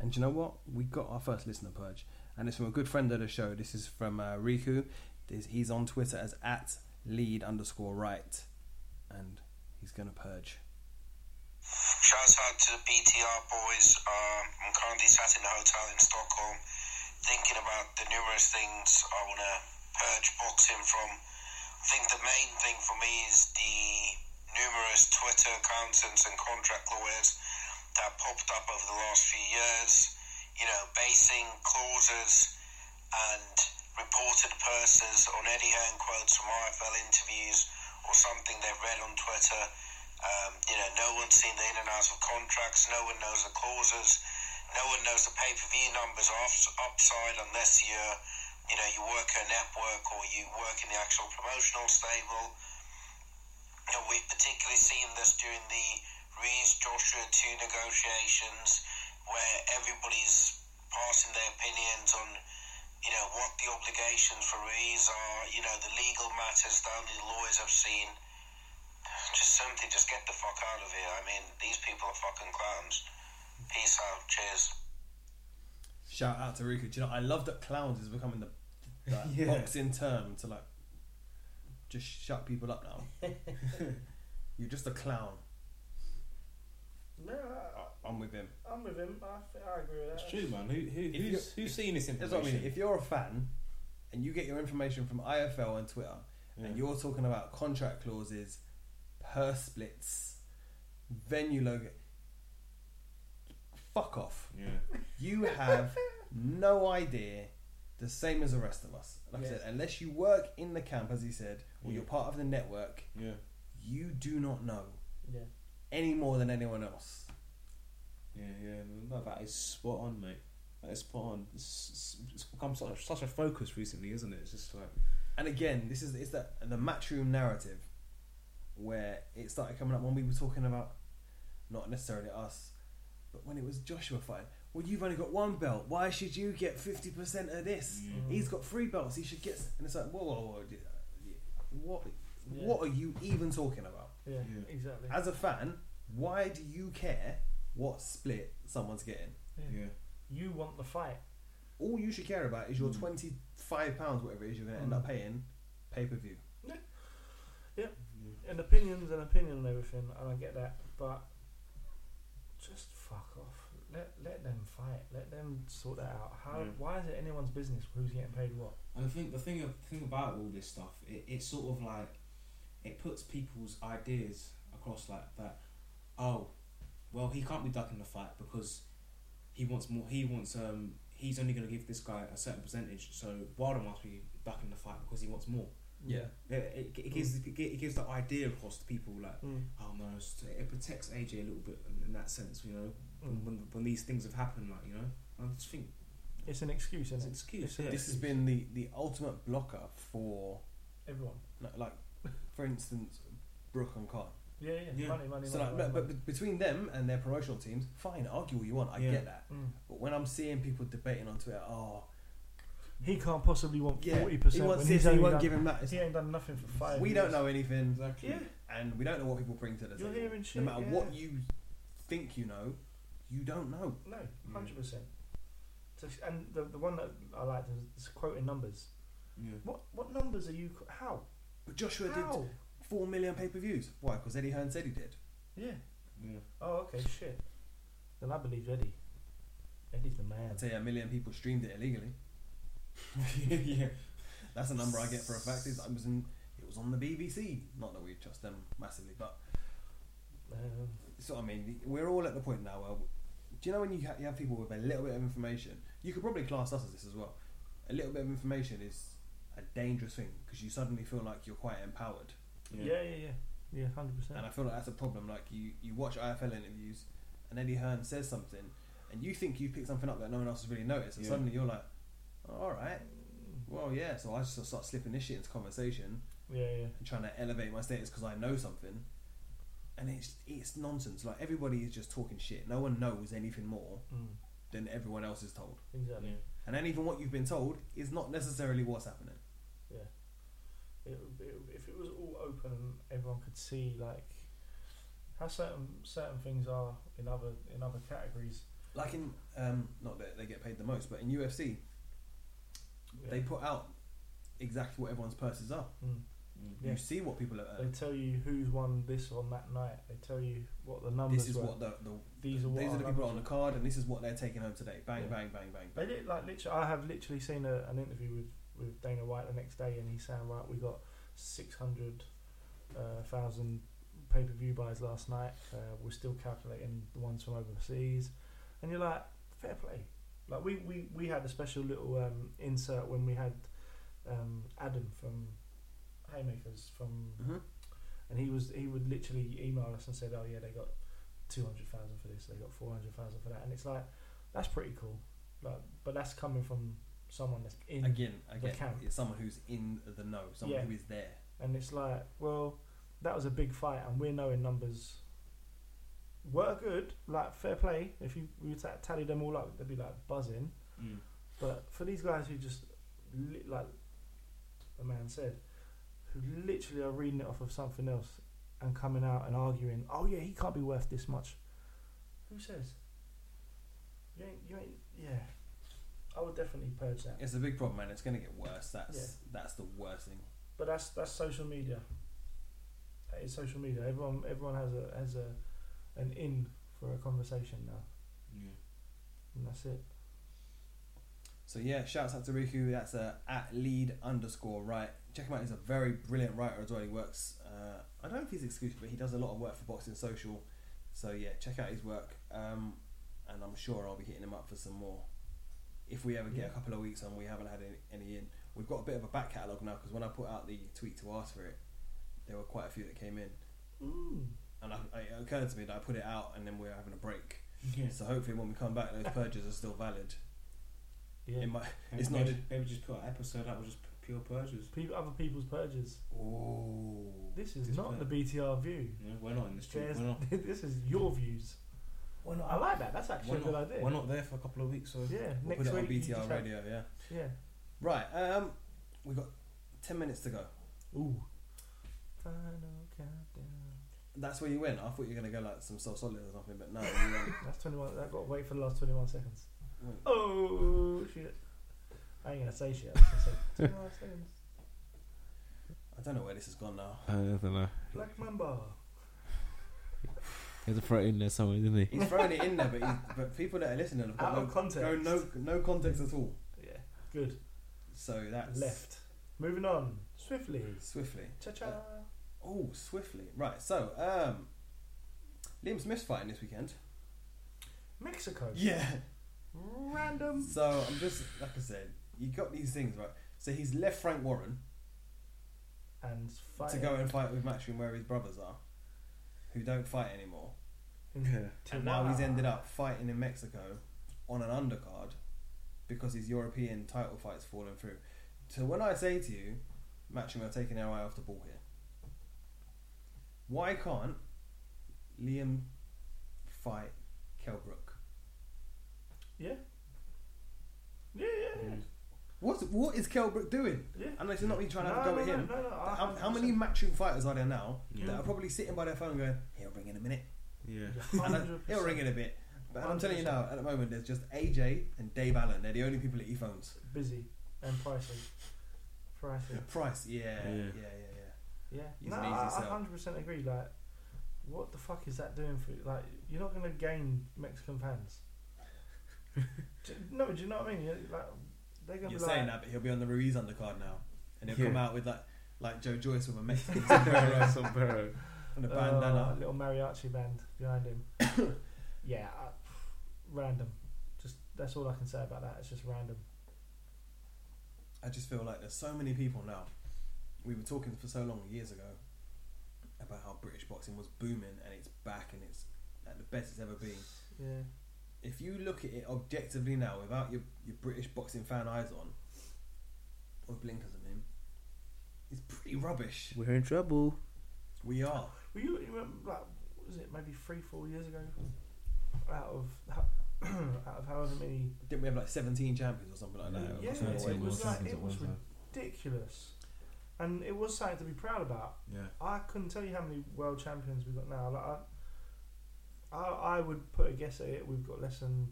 Speaker 1: And do you know what? We got our first listener purge. And it's from a good friend of the show. This is from uh, Riku. This, he's on Twitter as at lead underscore right. And he's going to purge.
Speaker 6: Shouts out to the BTR boys. Um, I'm currently sat in a hotel in Stockholm thinking about the numerous things I want to purge boxing from. I think the main thing for me is the numerous Twitter accountants and contract lawyers that popped up over the last few years, you know, basing clauses and reported purses on Eddie Hearn quotes from IFL interviews or something they've read on Twitter. Um, you know, no one's seen the in and outs of contracts, no one knows the clauses, no one knows the pay per view numbers off, upside unless you're, you know, you work at a network or you work in the actual promotional stable. You know, we've particularly seen this during the Rees Joshua 2 negotiations where everybody's passing their opinions on, you know, what the obligations for Rees are, you know, the legal matters that only the lawyers have seen. Just simply just get the fuck out of here. I mean, these people are fucking clowns. Peace out. Cheers.
Speaker 1: Shout out to Riku. Do you know, I love that clowns is becoming the like,
Speaker 3: Yeah.
Speaker 1: boxing term to like just shut people up now. [laughs] You're just a clown.
Speaker 2: No, I,
Speaker 1: I- I'm with him.
Speaker 2: I'm with him. I, think I agree with that.
Speaker 3: It's true, man. Who, who,
Speaker 1: you-
Speaker 3: who's, who's seen this
Speaker 1: That's what I
Speaker 3: information?
Speaker 1: mean. If you're a fan and you get your information from IFL and Twitter,
Speaker 3: Yeah.
Speaker 1: and you're talking about contract clauses, per splits, venue logo, fuck off.
Speaker 3: yeah.
Speaker 1: You have no idea. The same as the rest of us. Like I said, unless you work in the camp, as he said, or you're part of the network,
Speaker 3: Yeah.
Speaker 1: you do not know
Speaker 2: Yeah.
Speaker 1: any more than anyone else.
Speaker 3: Yeah, yeah, no, that is spot on, mate. That is spot on. It's, it's- it's become such, such a focus recently, isn't it? It's just like,
Speaker 1: And again, this is it's that the matchroom narrative where it started coming up when we were talking about not necessarily us, But when it was Joshua fighting, well, you've only got one belt. Why should you get 50% of this? He's got three belts. He should get. s-" And it's like, whoa, whoa, whoa. d- What,
Speaker 2: Yeah.
Speaker 1: what are you even talking about?
Speaker 2: Yeah, exactly.
Speaker 1: As a fan, why do you care what split someone's getting?
Speaker 3: Yeah.
Speaker 2: You want the fight.
Speaker 1: All you should care about is your £25, whatever it is, you're going to end
Speaker 2: Mm.
Speaker 1: up paying pay per view.
Speaker 2: And opinion's an opinion and everything, and I get that, but just fuck off. Let let them fight. Let them sort that out. How?
Speaker 1: Mm.
Speaker 3: Yeah.
Speaker 2: Why is it anyone's business who's getting paid what?
Speaker 3: And I think the thing of thing about all this stuff, it, it's sort of like it puts people's ideas across like that. Oh, well, he can't be ducking the fight because he wants more. He wants um. He's only going to give this guy a certain percentage, so Wilder must be ducking the fight because he wants more.
Speaker 1: Yeah.
Speaker 3: It, it, it gives it, gi- it gives the idea across to people like,
Speaker 2: Mm.
Speaker 3: oh no, it's- it protects AJ a little bit in, in that sense, you know. When,
Speaker 2: Mm.
Speaker 3: when, when these things have happened, like you know, I just think
Speaker 2: It's an excuse,
Speaker 3: it's
Speaker 2: isn't
Speaker 3: an
Speaker 2: it?
Speaker 3: excuse.
Speaker 2: Yeah.
Speaker 1: This has been the, the ultimate blocker for,
Speaker 2: Everyone.
Speaker 1: no, like, for instance, Brooke and Khan.
Speaker 2: Yeah, yeah.
Speaker 3: Yeah.
Speaker 2: Money, money,
Speaker 1: So
Speaker 2: money.
Speaker 1: like,
Speaker 2: money,
Speaker 1: but,
Speaker 2: money.
Speaker 1: but between them and their promotional teams, fine, argue all you want. I
Speaker 3: Yeah.
Speaker 1: get that.
Speaker 2: Mm.
Speaker 1: But when I'm seeing people debating on Twitter, oh,
Speaker 2: He can't possibly want
Speaker 1: yeah,
Speaker 2: forty percent.
Speaker 1: he wants this,
Speaker 2: he's
Speaker 1: he
Speaker 2: only
Speaker 1: won't
Speaker 2: done,
Speaker 1: give him that. It's-
Speaker 2: He ain't done nothing for five.
Speaker 1: we
Speaker 2: years.
Speaker 1: don't know anything,
Speaker 3: Exactly.
Speaker 2: Yeah,
Speaker 1: and we don't know what people bring to the
Speaker 2: You're
Speaker 1: table.
Speaker 2: hearing shit,
Speaker 1: no matter
Speaker 2: yeah.
Speaker 1: what you think you know, you don't know. Mm.
Speaker 2: no, hundred percent. So, and the the one that I liked is quoting numbers.
Speaker 3: Yeah.
Speaker 2: What what numbers are you? qu- How?
Speaker 1: But Joshua
Speaker 2: how?
Speaker 1: did four million pay per views. Why? Because Eddie Hearn said he did.
Speaker 2: Yeah.
Speaker 3: Yeah.
Speaker 2: Oh, okay, shit. Then I believe Eddie. Eddie's the man.
Speaker 1: I'd say a million people streamed it illegally.
Speaker 3: yeah.
Speaker 1: That's a number I get for a fact. Is I was in, it was on the BBC. Not that we trust them massively, but
Speaker 2: Um,
Speaker 1: So I mean, we're all at the point now where, do you know when you, ha- you have people with a little bit of information? You could probably class us as this as well. A little bit of information is a dangerous thing because you suddenly feel like you're quite empowered,
Speaker 3: Yeah.
Speaker 2: yeah, yeah, yeah. Yeah, hundred percent.
Speaker 1: and I feel like that's a problem. Like you, you watch IFL interviews, and Eddie Hearn says something, and you think you picked something up that no one else has really noticed, and
Speaker 3: Yeah.
Speaker 1: suddenly you're like, oh, all right, well, yeah. So I just start slipping this shit into conversation
Speaker 2: Yeah, yeah.
Speaker 1: and trying to elevate my status because I know something. And it's it's nonsense. Like everybody is just talking shit. No one knows anything more
Speaker 2: Mm,
Speaker 1: than everyone else is told.
Speaker 2: exactly.
Speaker 1: And then even what you've been told is not necessarily what's happening.
Speaker 2: It, would be- it, would- if it was all open and everyone could see like how certain certain things are in other in other categories.
Speaker 1: Like in um, not that they get paid the most, but in UFC
Speaker 2: Yeah.
Speaker 1: they put out exactly what everyone's purses are.
Speaker 2: Mm. Yeah.
Speaker 1: You see what people are
Speaker 2: They
Speaker 1: earning.
Speaker 2: tell you who's won this on that night. They tell you what the numbers
Speaker 1: This is
Speaker 2: were.
Speaker 1: what the, the
Speaker 2: these are what
Speaker 1: these
Speaker 2: our
Speaker 1: are the people on the
Speaker 2: numbers
Speaker 1: card, and this is what they're taking home today. Bang,
Speaker 2: Yeah.
Speaker 1: bang, bang, bang,
Speaker 2: They
Speaker 1: bang.
Speaker 2: did like literally. I have literally seen a, an interview with with Dana White the next day, and he's saying, "Right, we got six hundred uh, thousand pay per view buys last night. Uh, we're still calculating the ones from overseas," and you're like, "Fair play." Like we we we had a special little um, insert when we had um, Adam from Haymakers from
Speaker 1: hmm
Speaker 2: and he was he would literally email us and said, "Oh yeah, they got two hundred thousand for this, they got four hundred thousand for that," and it's like that's pretty cool, like but that's coming from someone that's in,
Speaker 1: Again, again,
Speaker 2: count.
Speaker 1: it's someone who's in the know, someone
Speaker 2: Yeah.
Speaker 1: who is there.
Speaker 2: and it's like, well, that was a big fight, and we're knowing numbers were good, like fair play. If you we would ta- tally them all up, they'd be like buzzing.
Speaker 3: Mm.
Speaker 2: But for these guys who just li- like the man said, who literally are reading it off of something else and coming out and arguing, oh yeah, he can't be worth this much. Who says? You ain't, you ain't, yeah. I would definitely purge that.
Speaker 1: It's a big problem, man. It's going to get worse. That's that's the worst thing.
Speaker 2: But that's that's social media. That is social media. Everyone everyone has a has a an in for a conversation now,
Speaker 3: Yeah.
Speaker 2: and that's it.
Speaker 1: So yeah, shouts out to Riku. That's uh, at lead underscore right. Check him out. He's a very brilliant writer as well. He works. Uh, I don't know if he's exclusive, but he does a lot of work for Boxing Social. So yeah, check out his work. Um, and I'm sure I'll be hitting him up for some more. If we ever get a
Speaker 2: Yeah.
Speaker 1: couple of weeks on, we haven't had any, any in. We've got a bit of a back catalogue now because when I put out the tweet to ask for it, there were quite a few that came in.
Speaker 2: Mm.
Speaker 1: And I, it occurred to me that I put it out and then we were having a break.
Speaker 3: Yeah.
Speaker 1: So hopefully when we come back,
Speaker 2: [laughs]
Speaker 1: those purges are still valid.
Speaker 2: Yeah.
Speaker 1: It might,
Speaker 3: Maybe,
Speaker 1: it's not.
Speaker 3: maybe, maybe just put an episode that was just pure purges.
Speaker 2: People, other people's purges.
Speaker 1: Oh.
Speaker 2: This is
Speaker 3: This
Speaker 2: not
Speaker 3: purge.
Speaker 2: the BTR view.
Speaker 3: No, we're not in this
Speaker 2: [laughs]
Speaker 3: street.
Speaker 1: [laughs]
Speaker 2: There's-
Speaker 3: We're not.
Speaker 2: this is your views.
Speaker 3: Why not?
Speaker 2: I like that. That's
Speaker 3: We're
Speaker 2: actually a
Speaker 3: not,
Speaker 2: good idea.
Speaker 3: we're not there for a couple of weeks, so
Speaker 2: Yeah,
Speaker 1: We'll
Speaker 2: next
Speaker 1: put it on
Speaker 2: week. you
Speaker 1: BTR
Speaker 2: just have-
Speaker 1: radio, yeah.
Speaker 2: Yeah.
Speaker 1: Right, um, we've got 10 minutes to go.
Speaker 2: Ooh. Final countdown.
Speaker 1: That's where you win. I thought you were going to go like some Soul Solid or something, but no, you win.
Speaker 2: That's 21. That got to wait for the last 21 seconds.
Speaker 1: Wait.
Speaker 2: Oh, shit. I ain't going to say shit. I was going to
Speaker 1: [laughs]
Speaker 2: say 21 seconds.
Speaker 1: I don't know where this has gone now.
Speaker 4: I don't know.
Speaker 2: Black Mamba.
Speaker 4: He had to throw it in there somewhere, didn't he?
Speaker 1: He's throwing it in there, but, he's, but people that are listening have got
Speaker 2: Out
Speaker 1: no,
Speaker 2: of context.
Speaker 1: no, no, no context at all.
Speaker 2: Yeah. Good.
Speaker 1: So that's
Speaker 2: Left. Moving on. Swiftly.
Speaker 1: Swiftly.
Speaker 2: Cha cha.
Speaker 1: Oh, swiftly. Right, so um, Liam Smith's fighting this weekend.
Speaker 2: Mexico.
Speaker 1: Yeah.
Speaker 2: Random.
Speaker 1: So I'm just, like I said, you got these things, right? So he's left Frank Warren
Speaker 2: And fire.
Speaker 1: to go and fight with Matchroom where his brothers are, who don't fight anymore.
Speaker 3: Yeah.
Speaker 1: And now he's ended up fighting in Mexico on an undercard because his European title fight's fallen through. So when I say to you, Matchroom are taking their eye off the ball here, why can't Liam fight Kelbrook?
Speaker 2: Yeah. Yeah, yeah,
Speaker 1: Mm.
Speaker 2: yeah.
Speaker 1: What, what is Kelbrook doing?
Speaker 2: Yeah.
Speaker 1: And he's not really trying to
Speaker 2: No,
Speaker 1: have a go
Speaker 2: no,
Speaker 1: at
Speaker 2: no,
Speaker 1: him.
Speaker 2: no, no, I
Speaker 1: how, how many
Speaker 2: 100%.
Speaker 1: Matchroom fighters are there now that
Speaker 3: Yeah.
Speaker 1: are probably sitting by their phone going, he'll ring in a minute.
Speaker 3: Yeah.
Speaker 1: And I- it'll ring in a bit. But I'm telling you now, at the moment, there's just AJ and Dave Allen. They're the only people that he phones.
Speaker 2: Busy and pricey. Pricey.
Speaker 1: Price, yeah, yeah,
Speaker 3: Yeah.
Speaker 1: yeah, yeah.
Speaker 2: Yeah.
Speaker 1: He's
Speaker 2: no,
Speaker 1: an easy
Speaker 2: I, I
Speaker 1: sell.
Speaker 2: 100% agree. Like, what the fuck is that doing for you? Like, you're not going to gain Mexican fans.
Speaker 1: [laughs]
Speaker 2: do, no, do you know what I mean? You're, like, they're going to
Speaker 1: You're
Speaker 2: be
Speaker 1: saying
Speaker 2: like,
Speaker 1: that, but he'll be on the Ruiz undercard now, and he'll
Speaker 3: Yeah.
Speaker 1: come out with like, like Joe Joyce with a [laughs] Mexican sombrero
Speaker 3: Sombrero.
Speaker 1: and a
Speaker 2: uh,
Speaker 1: bandana.
Speaker 2: little mariachi band behind him.
Speaker 1: [coughs]
Speaker 2: yeah, I, random. Just that's all I can say about that. It's just random.
Speaker 1: I just feel like there's so many people now. We were talking for so long years ago about how British boxing was booming and it's back and it's at the best it's ever been.
Speaker 2: Yeah.
Speaker 1: if you look at it objectively now, without your, your British boxing fan eyes on, or blinkers, I mean, it's pretty rubbish.
Speaker 3: We're in trouble.
Speaker 1: We are.
Speaker 2: Were you, you remember, like, what was it maybe three, four years ago? Out of ho- [clears throat] out of however many,
Speaker 1: Didn't we have like 17 champions or something like that?
Speaker 2: Yeah,
Speaker 1: Or something
Speaker 2: it
Speaker 1: like-
Speaker 2: was like- it
Speaker 4: at
Speaker 2: was
Speaker 4: one time.
Speaker 2: ridiculous, and it was something to be proud about.
Speaker 3: Yeah.
Speaker 2: I couldn't tell you how many world champions we've got now. Like, I, I, I would put a guess at it. We've got less than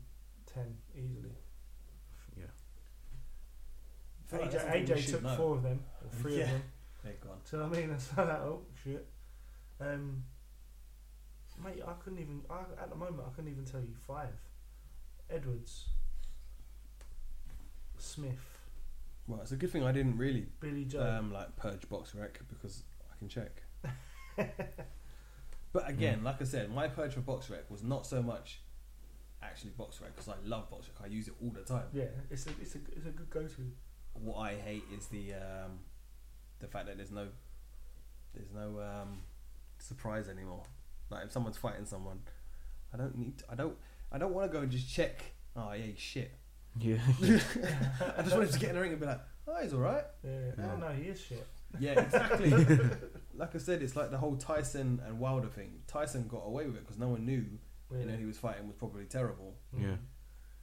Speaker 2: ten easily.
Speaker 3: Yeah.
Speaker 1: I feel like oh, that's
Speaker 2: AJ,
Speaker 1: something we
Speaker 2: AJ
Speaker 1: should
Speaker 2: took
Speaker 1: know.
Speaker 2: four of them,
Speaker 1: [laughs]
Speaker 2: or three of
Speaker 1: Yeah.
Speaker 2: them.
Speaker 1: They're gone.
Speaker 2: Do you know what I mean? [laughs] It's like that. Oh shit, um, mate. I couldn't even. I, at the moment, I couldn't even tell you five. Edwards, Smith,
Speaker 1: Well, it's a good thing I didn't really
Speaker 2: Billy Joe.
Speaker 1: um, like purge box rec because I can check. [laughs] but
Speaker 2: Hmm.
Speaker 1: again, like I said, my purge for box rec was not so much actually box rec because I love box rec. I use it all the time.
Speaker 2: yeah, it's a it's a it's a good go-to.
Speaker 1: what I hate is the um, the fact that there's no there's no um, surprise anymore. Like if someone's fighting someone, I don't need I don't I don't want to go and just check. Oh yeah, he's shit.
Speaker 4: Yeah.
Speaker 1: [laughs] I just want him to get in the ring and be like, oh, he's all right.
Speaker 2: Yeah.
Speaker 4: Yeah.
Speaker 2: Oh no, he is shit.
Speaker 1: Yeah, exactly. [laughs] like I said, it's like the whole Tyson and Wilder thing. Tyson got away with it because no one knew you know
Speaker 2: Really.
Speaker 1: he was fighting was probably terrible.
Speaker 4: Yeah.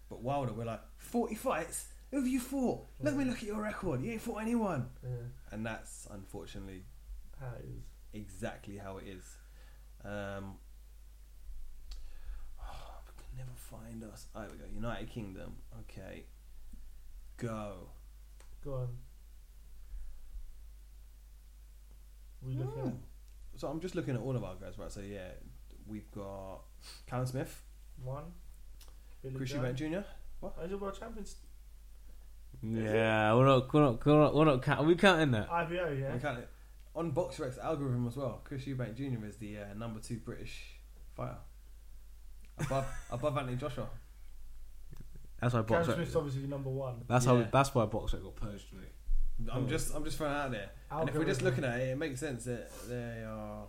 Speaker 1: But Wilder, we're like forty fights. Who have you fought? Let me look at your record. You ain't fought anyone.
Speaker 2: Yeah.
Speaker 1: And that's unfortunately
Speaker 2: How it is.
Speaker 1: exactly how it is. Um, [sighs] I can never find us. Oh, there we go. United Kingdom. Okay. Go.
Speaker 2: Go on. We
Speaker 1: Hmm.
Speaker 2: look at.
Speaker 1: So I'm just looking at all of our guys, right? So yeah, we've got Callum Smith,
Speaker 2: One. Billy
Speaker 1: Chris
Speaker 2: Joe.
Speaker 1: Eubank Jr.
Speaker 2: Oh, he's a world champion.
Speaker 4: Yeah, we're not, we're not, we're not, we're not count, are we counting that?
Speaker 2: IBO, yeah.
Speaker 1: We can't, on BoxRec's algorithm as well, Chris Eubank Jr. is the uh, number two British fighter. Above, above Anthony Joshua.
Speaker 4: That's why
Speaker 2: Cam
Speaker 4: box. Rec-
Speaker 2: Smith's obviously number one.
Speaker 4: That's how.
Speaker 1: Yeah.
Speaker 4: That's why box rec got purged, mate.
Speaker 1: I'm just, I'm just throwing it out there. And if we're just looking at it, it makes sense that they are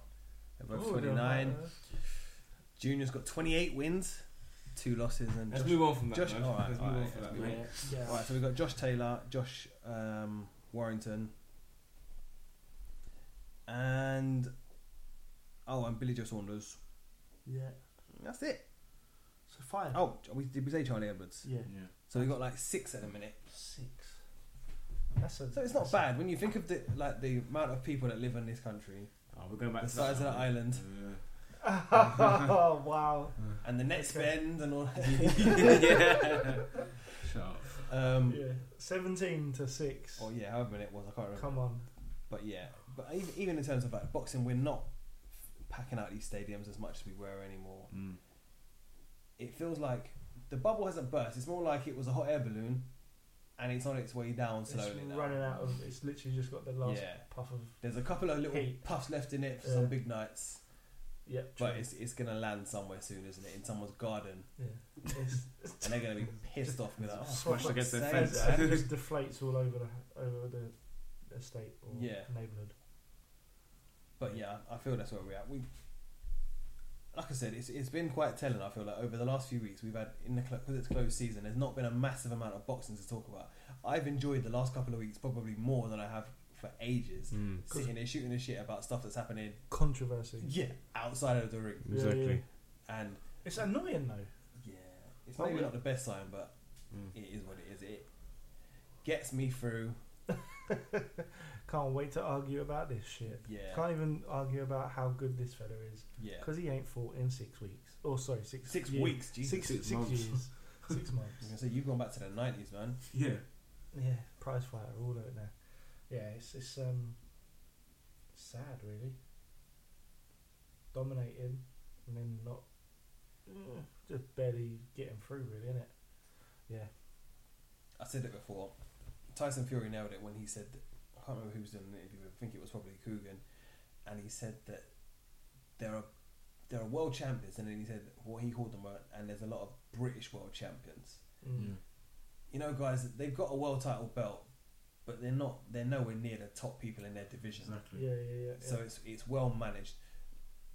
Speaker 1: they're both
Speaker 2: Ooh, they're
Speaker 1: 29.
Speaker 2: high, uh,
Speaker 1: Junior's got 28 wins, two losses, and
Speaker 3: Let's
Speaker 1: Josh-
Speaker 3: move on from that.
Speaker 1: Josh-
Speaker 3: man.
Speaker 1: alright,
Speaker 3: Let's move
Speaker 1: alright,
Speaker 3: on from
Speaker 1: let's
Speaker 3: that,
Speaker 1: move
Speaker 3: mate.
Speaker 1: on.
Speaker 2: Yeah.
Speaker 1: Right, so we've got Josh Taylor, Josh um, Warrington, and oh, and Billy Joe Saunders.
Speaker 2: Yeah.
Speaker 1: That's it.
Speaker 2: So five.
Speaker 1: Oh, we, did we say Charlie Edwards?
Speaker 2: Yeah.
Speaker 4: Yeah.
Speaker 1: So we got like six at a minute.
Speaker 2: Six. That's a,
Speaker 1: So it's
Speaker 2: that's
Speaker 1: not
Speaker 2: a-
Speaker 1: bad when you think of the like the amount of people that live in this country
Speaker 3: Oh, we're going back
Speaker 1: The
Speaker 3: to that
Speaker 1: size of
Speaker 3: now,
Speaker 1: that
Speaker 3: yeah.
Speaker 1: island.
Speaker 3: Yeah.
Speaker 1: [laughs]
Speaker 2: oh wow.
Speaker 1: and the net spend and all.
Speaker 3: yeah.
Speaker 2: [laughs]
Speaker 4: Shut up.
Speaker 1: um,
Speaker 2: Yeah. Seventeen to six.
Speaker 1: Or yeah, however many it was, I can't remember.
Speaker 2: Come on.
Speaker 1: But yeah, but even, even in terms of like boxing, we're not packing out these stadiums as much as we were anymore.
Speaker 4: Mm.
Speaker 1: It feels like the bubble hasn't burst. It's more like it was a hot air balloon, and it's on its way down slowly
Speaker 2: it's
Speaker 1: now.
Speaker 2: running out of. It's literally just got the last
Speaker 1: Yeah.
Speaker 2: puff of.
Speaker 1: There's a couple of little
Speaker 2: Heat.
Speaker 1: puffs left in it for
Speaker 2: Yeah.
Speaker 1: some big nights,
Speaker 2: Yeah.
Speaker 1: but
Speaker 2: true.
Speaker 1: it's it's gonna land somewhere soon, isn't it? In someone's garden,
Speaker 2: yeah. It's,
Speaker 1: [laughs] and they're gonna be "Oh, pissed off with that.
Speaker 3: Smashed against their
Speaker 2: And
Speaker 3: fence.
Speaker 2: it just deflates all over the over the estate or
Speaker 1: Yeah.
Speaker 2: neighborhood.
Speaker 1: But yeah, I feel that's where we're at. We, like I said, it's, it's been quite telling. I feel like over the last few weeks, we've had in the because it's closed season. There's not been a massive amount of boxing to talk about. I've enjoyed the last couple of weeks probably more than I have for ages.
Speaker 3: Mm.
Speaker 1: Sitting there shooting the shit about stuff that's happening,
Speaker 2: Controversy.
Speaker 1: yeah, outside of the ring,
Speaker 2: Yeah,
Speaker 3: Exactly.
Speaker 2: yeah.
Speaker 1: and
Speaker 2: It's annoying though.
Speaker 1: yeah, it's
Speaker 2: Well,
Speaker 1: maybe
Speaker 2: we-
Speaker 1: not the best sign, but
Speaker 3: Mm.
Speaker 1: it is what it is. It gets me through.
Speaker 2: Can't wait to argue about this shit.
Speaker 1: Yeah,
Speaker 2: Can't even argue about how good this fella is
Speaker 1: yeah.
Speaker 2: because he ain't fought in six weeks. Oh, sorry, six
Speaker 1: Six
Speaker 2: years.
Speaker 1: weeks, Jesus.
Speaker 2: Six,
Speaker 3: Six
Speaker 2: six,
Speaker 1: [laughs]
Speaker 3: months.
Speaker 2: years, six
Speaker 1: I was
Speaker 2: months.
Speaker 1: gonna say you've gone back to the nineties, man.
Speaker 3: Yeah.
Speaker 2: Yeah, prize fighter, all of it now. Yeah, it's it's um sad really. Dominating and then not Mm, just barely getting through, really, innit? Yeah,
Speaker 1: I said it before. Tyson Fury nailed it when he said, I can't remember who was doing the interview, but I think it was probably Coogan, and he said that there are there are world champions, and then he said what he called them were, and there's a lot of British world champions.
Speaker 2: mm.
Speaker 1: You know, guys, they've got a world title belt, but they're not they're nowhere near the top people in their division.
Speaker 3: Exactly.
Speaker 2: yeah, yeah, yeah. yeah.
Speaker 1: So it's it's well managed.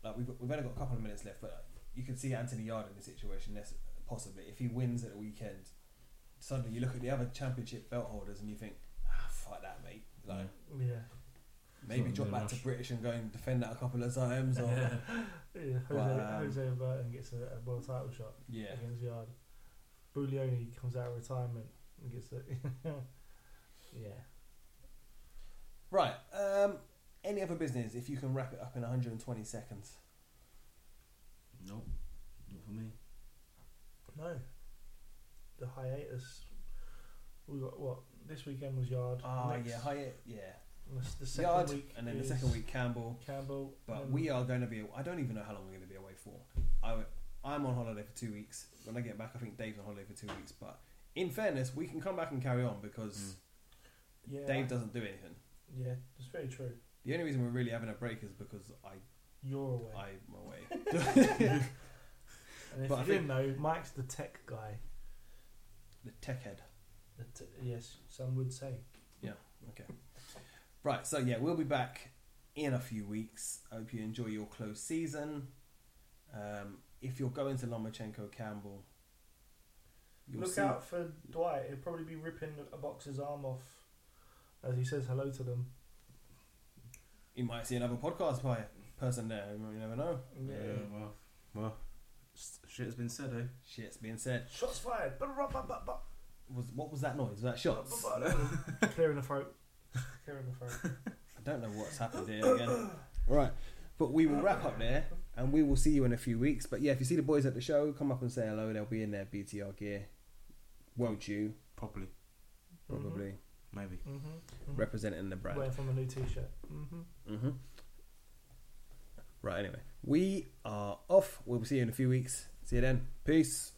Speaker 1: Like we've, we've only got a couple of minutes left, but you can see Anthony Yard in this situation. That's possibly if he wins at the weekend, suddenly you look at the other championship belt holders and you think, ah, fuck that, mate. Like
Speaker 2: yeah,
Speaker 1: maybe
Speaker 4: Not
Speaker 1: drop
Speaker 4: really
Speaker 1: back to
Speaker 4: much.
Speaker 1: British and go and defend that a couple of times. Or yeah,
Speaker 2: yeah. Jose,
Speaker 1: Wow.
Speaker 2: Jose Burton gets a, a world title shot.
Speaker 1: um, yeah.
Speaker 2: against Yard. Buglioni comes out of retirement and gets it. [laughs] yeah.
Speaker 1: Right. Um, any other business? If you can wrap it up in 120 seconds.
Speaker 3: Nope. Not for me.
Speaker 2: No. The hiatus. We got what? This weekend was Yard.
Speaker 1: Ah,
Speaker 2: Next-
Speaker 1: yeah, hi, yeah.
Speaker 2: that's The second
Speaker 1: Yard,
Speaker 2: week
Speaker 1: and then the
Speaker 2: is
Speaker 1: second week Campbell.
Speaker 2: Campbell.
Speaker 1: But
Speaker 2: and
Speaker 1: we are going to be. I don't even know how long we're going to be away for. I, I'm on holiday for two weeks. When I get back, I think Dave's on holiday for two weeks. But in fairness, we can come back and carry on
Speaker 2: Mm.
Speaker 1: because
Speaker 2: Yeah.
Speaker 1: Dave doesn't do anything.
Speaker 2: Yeah, it's very true.
Speaker 1: The only reason we're really having a break is because I
Speaker 2: You're away.
Speaker 1: I'm
Speaker 2: [laughs]
Speaker 1: away.
Speaker 2: and if
Speaker 1: but
Speaker 2: you
Speaker 1: I
Speaker 2: didn't know, Mike's the tech guy.
Speaker 1: [laughs] the tech head.
Speaker 2: The t- yes, some would say.
Speaker 1: Right. So yeah, we'll be back in a few weeks. I hope you enjoy your close season. Um, if you're going to Lomachenko Campbell, you'll
Speaker 2: Look
Speaker 1: see-
Speaker 2: out for Dwight. He'll probably be ripping a boxer's arm off as he says hello to them.
Speaker 1: You might see another podcast by person there. You never know.
Speaker 3: Yeah, well, well, s- shit has been said, eh?
Speaker 1: Shit's being said.
Speaker 2: Shots fired. Ba-da-ba-ba-ba.
Speaker 1: Was what was that noise? Was that shots? [laughs]
Speaker 2: Clearing the throat. Clearing the throat.
Speaker 1: I don't know what's happened here again. All right, but we will wrap up there, and we will see you in a few weeks. But yeah, if you see the boys at the show, come up and say hello. They'll be in their BTR gear, won't you?
Speaker 3: Probably.
Speaker 1: Probably
Speaker 3: Maybe.
Speaker 2: Mm-hmm.
Speaker 1: representing the brand.
Speaker 2: Wearing from a new T-shirt. Mm-hmm.
Speaker 1: hmm Right. Anyway, we are off. We'll see you in a few weeks. See you then. Peace.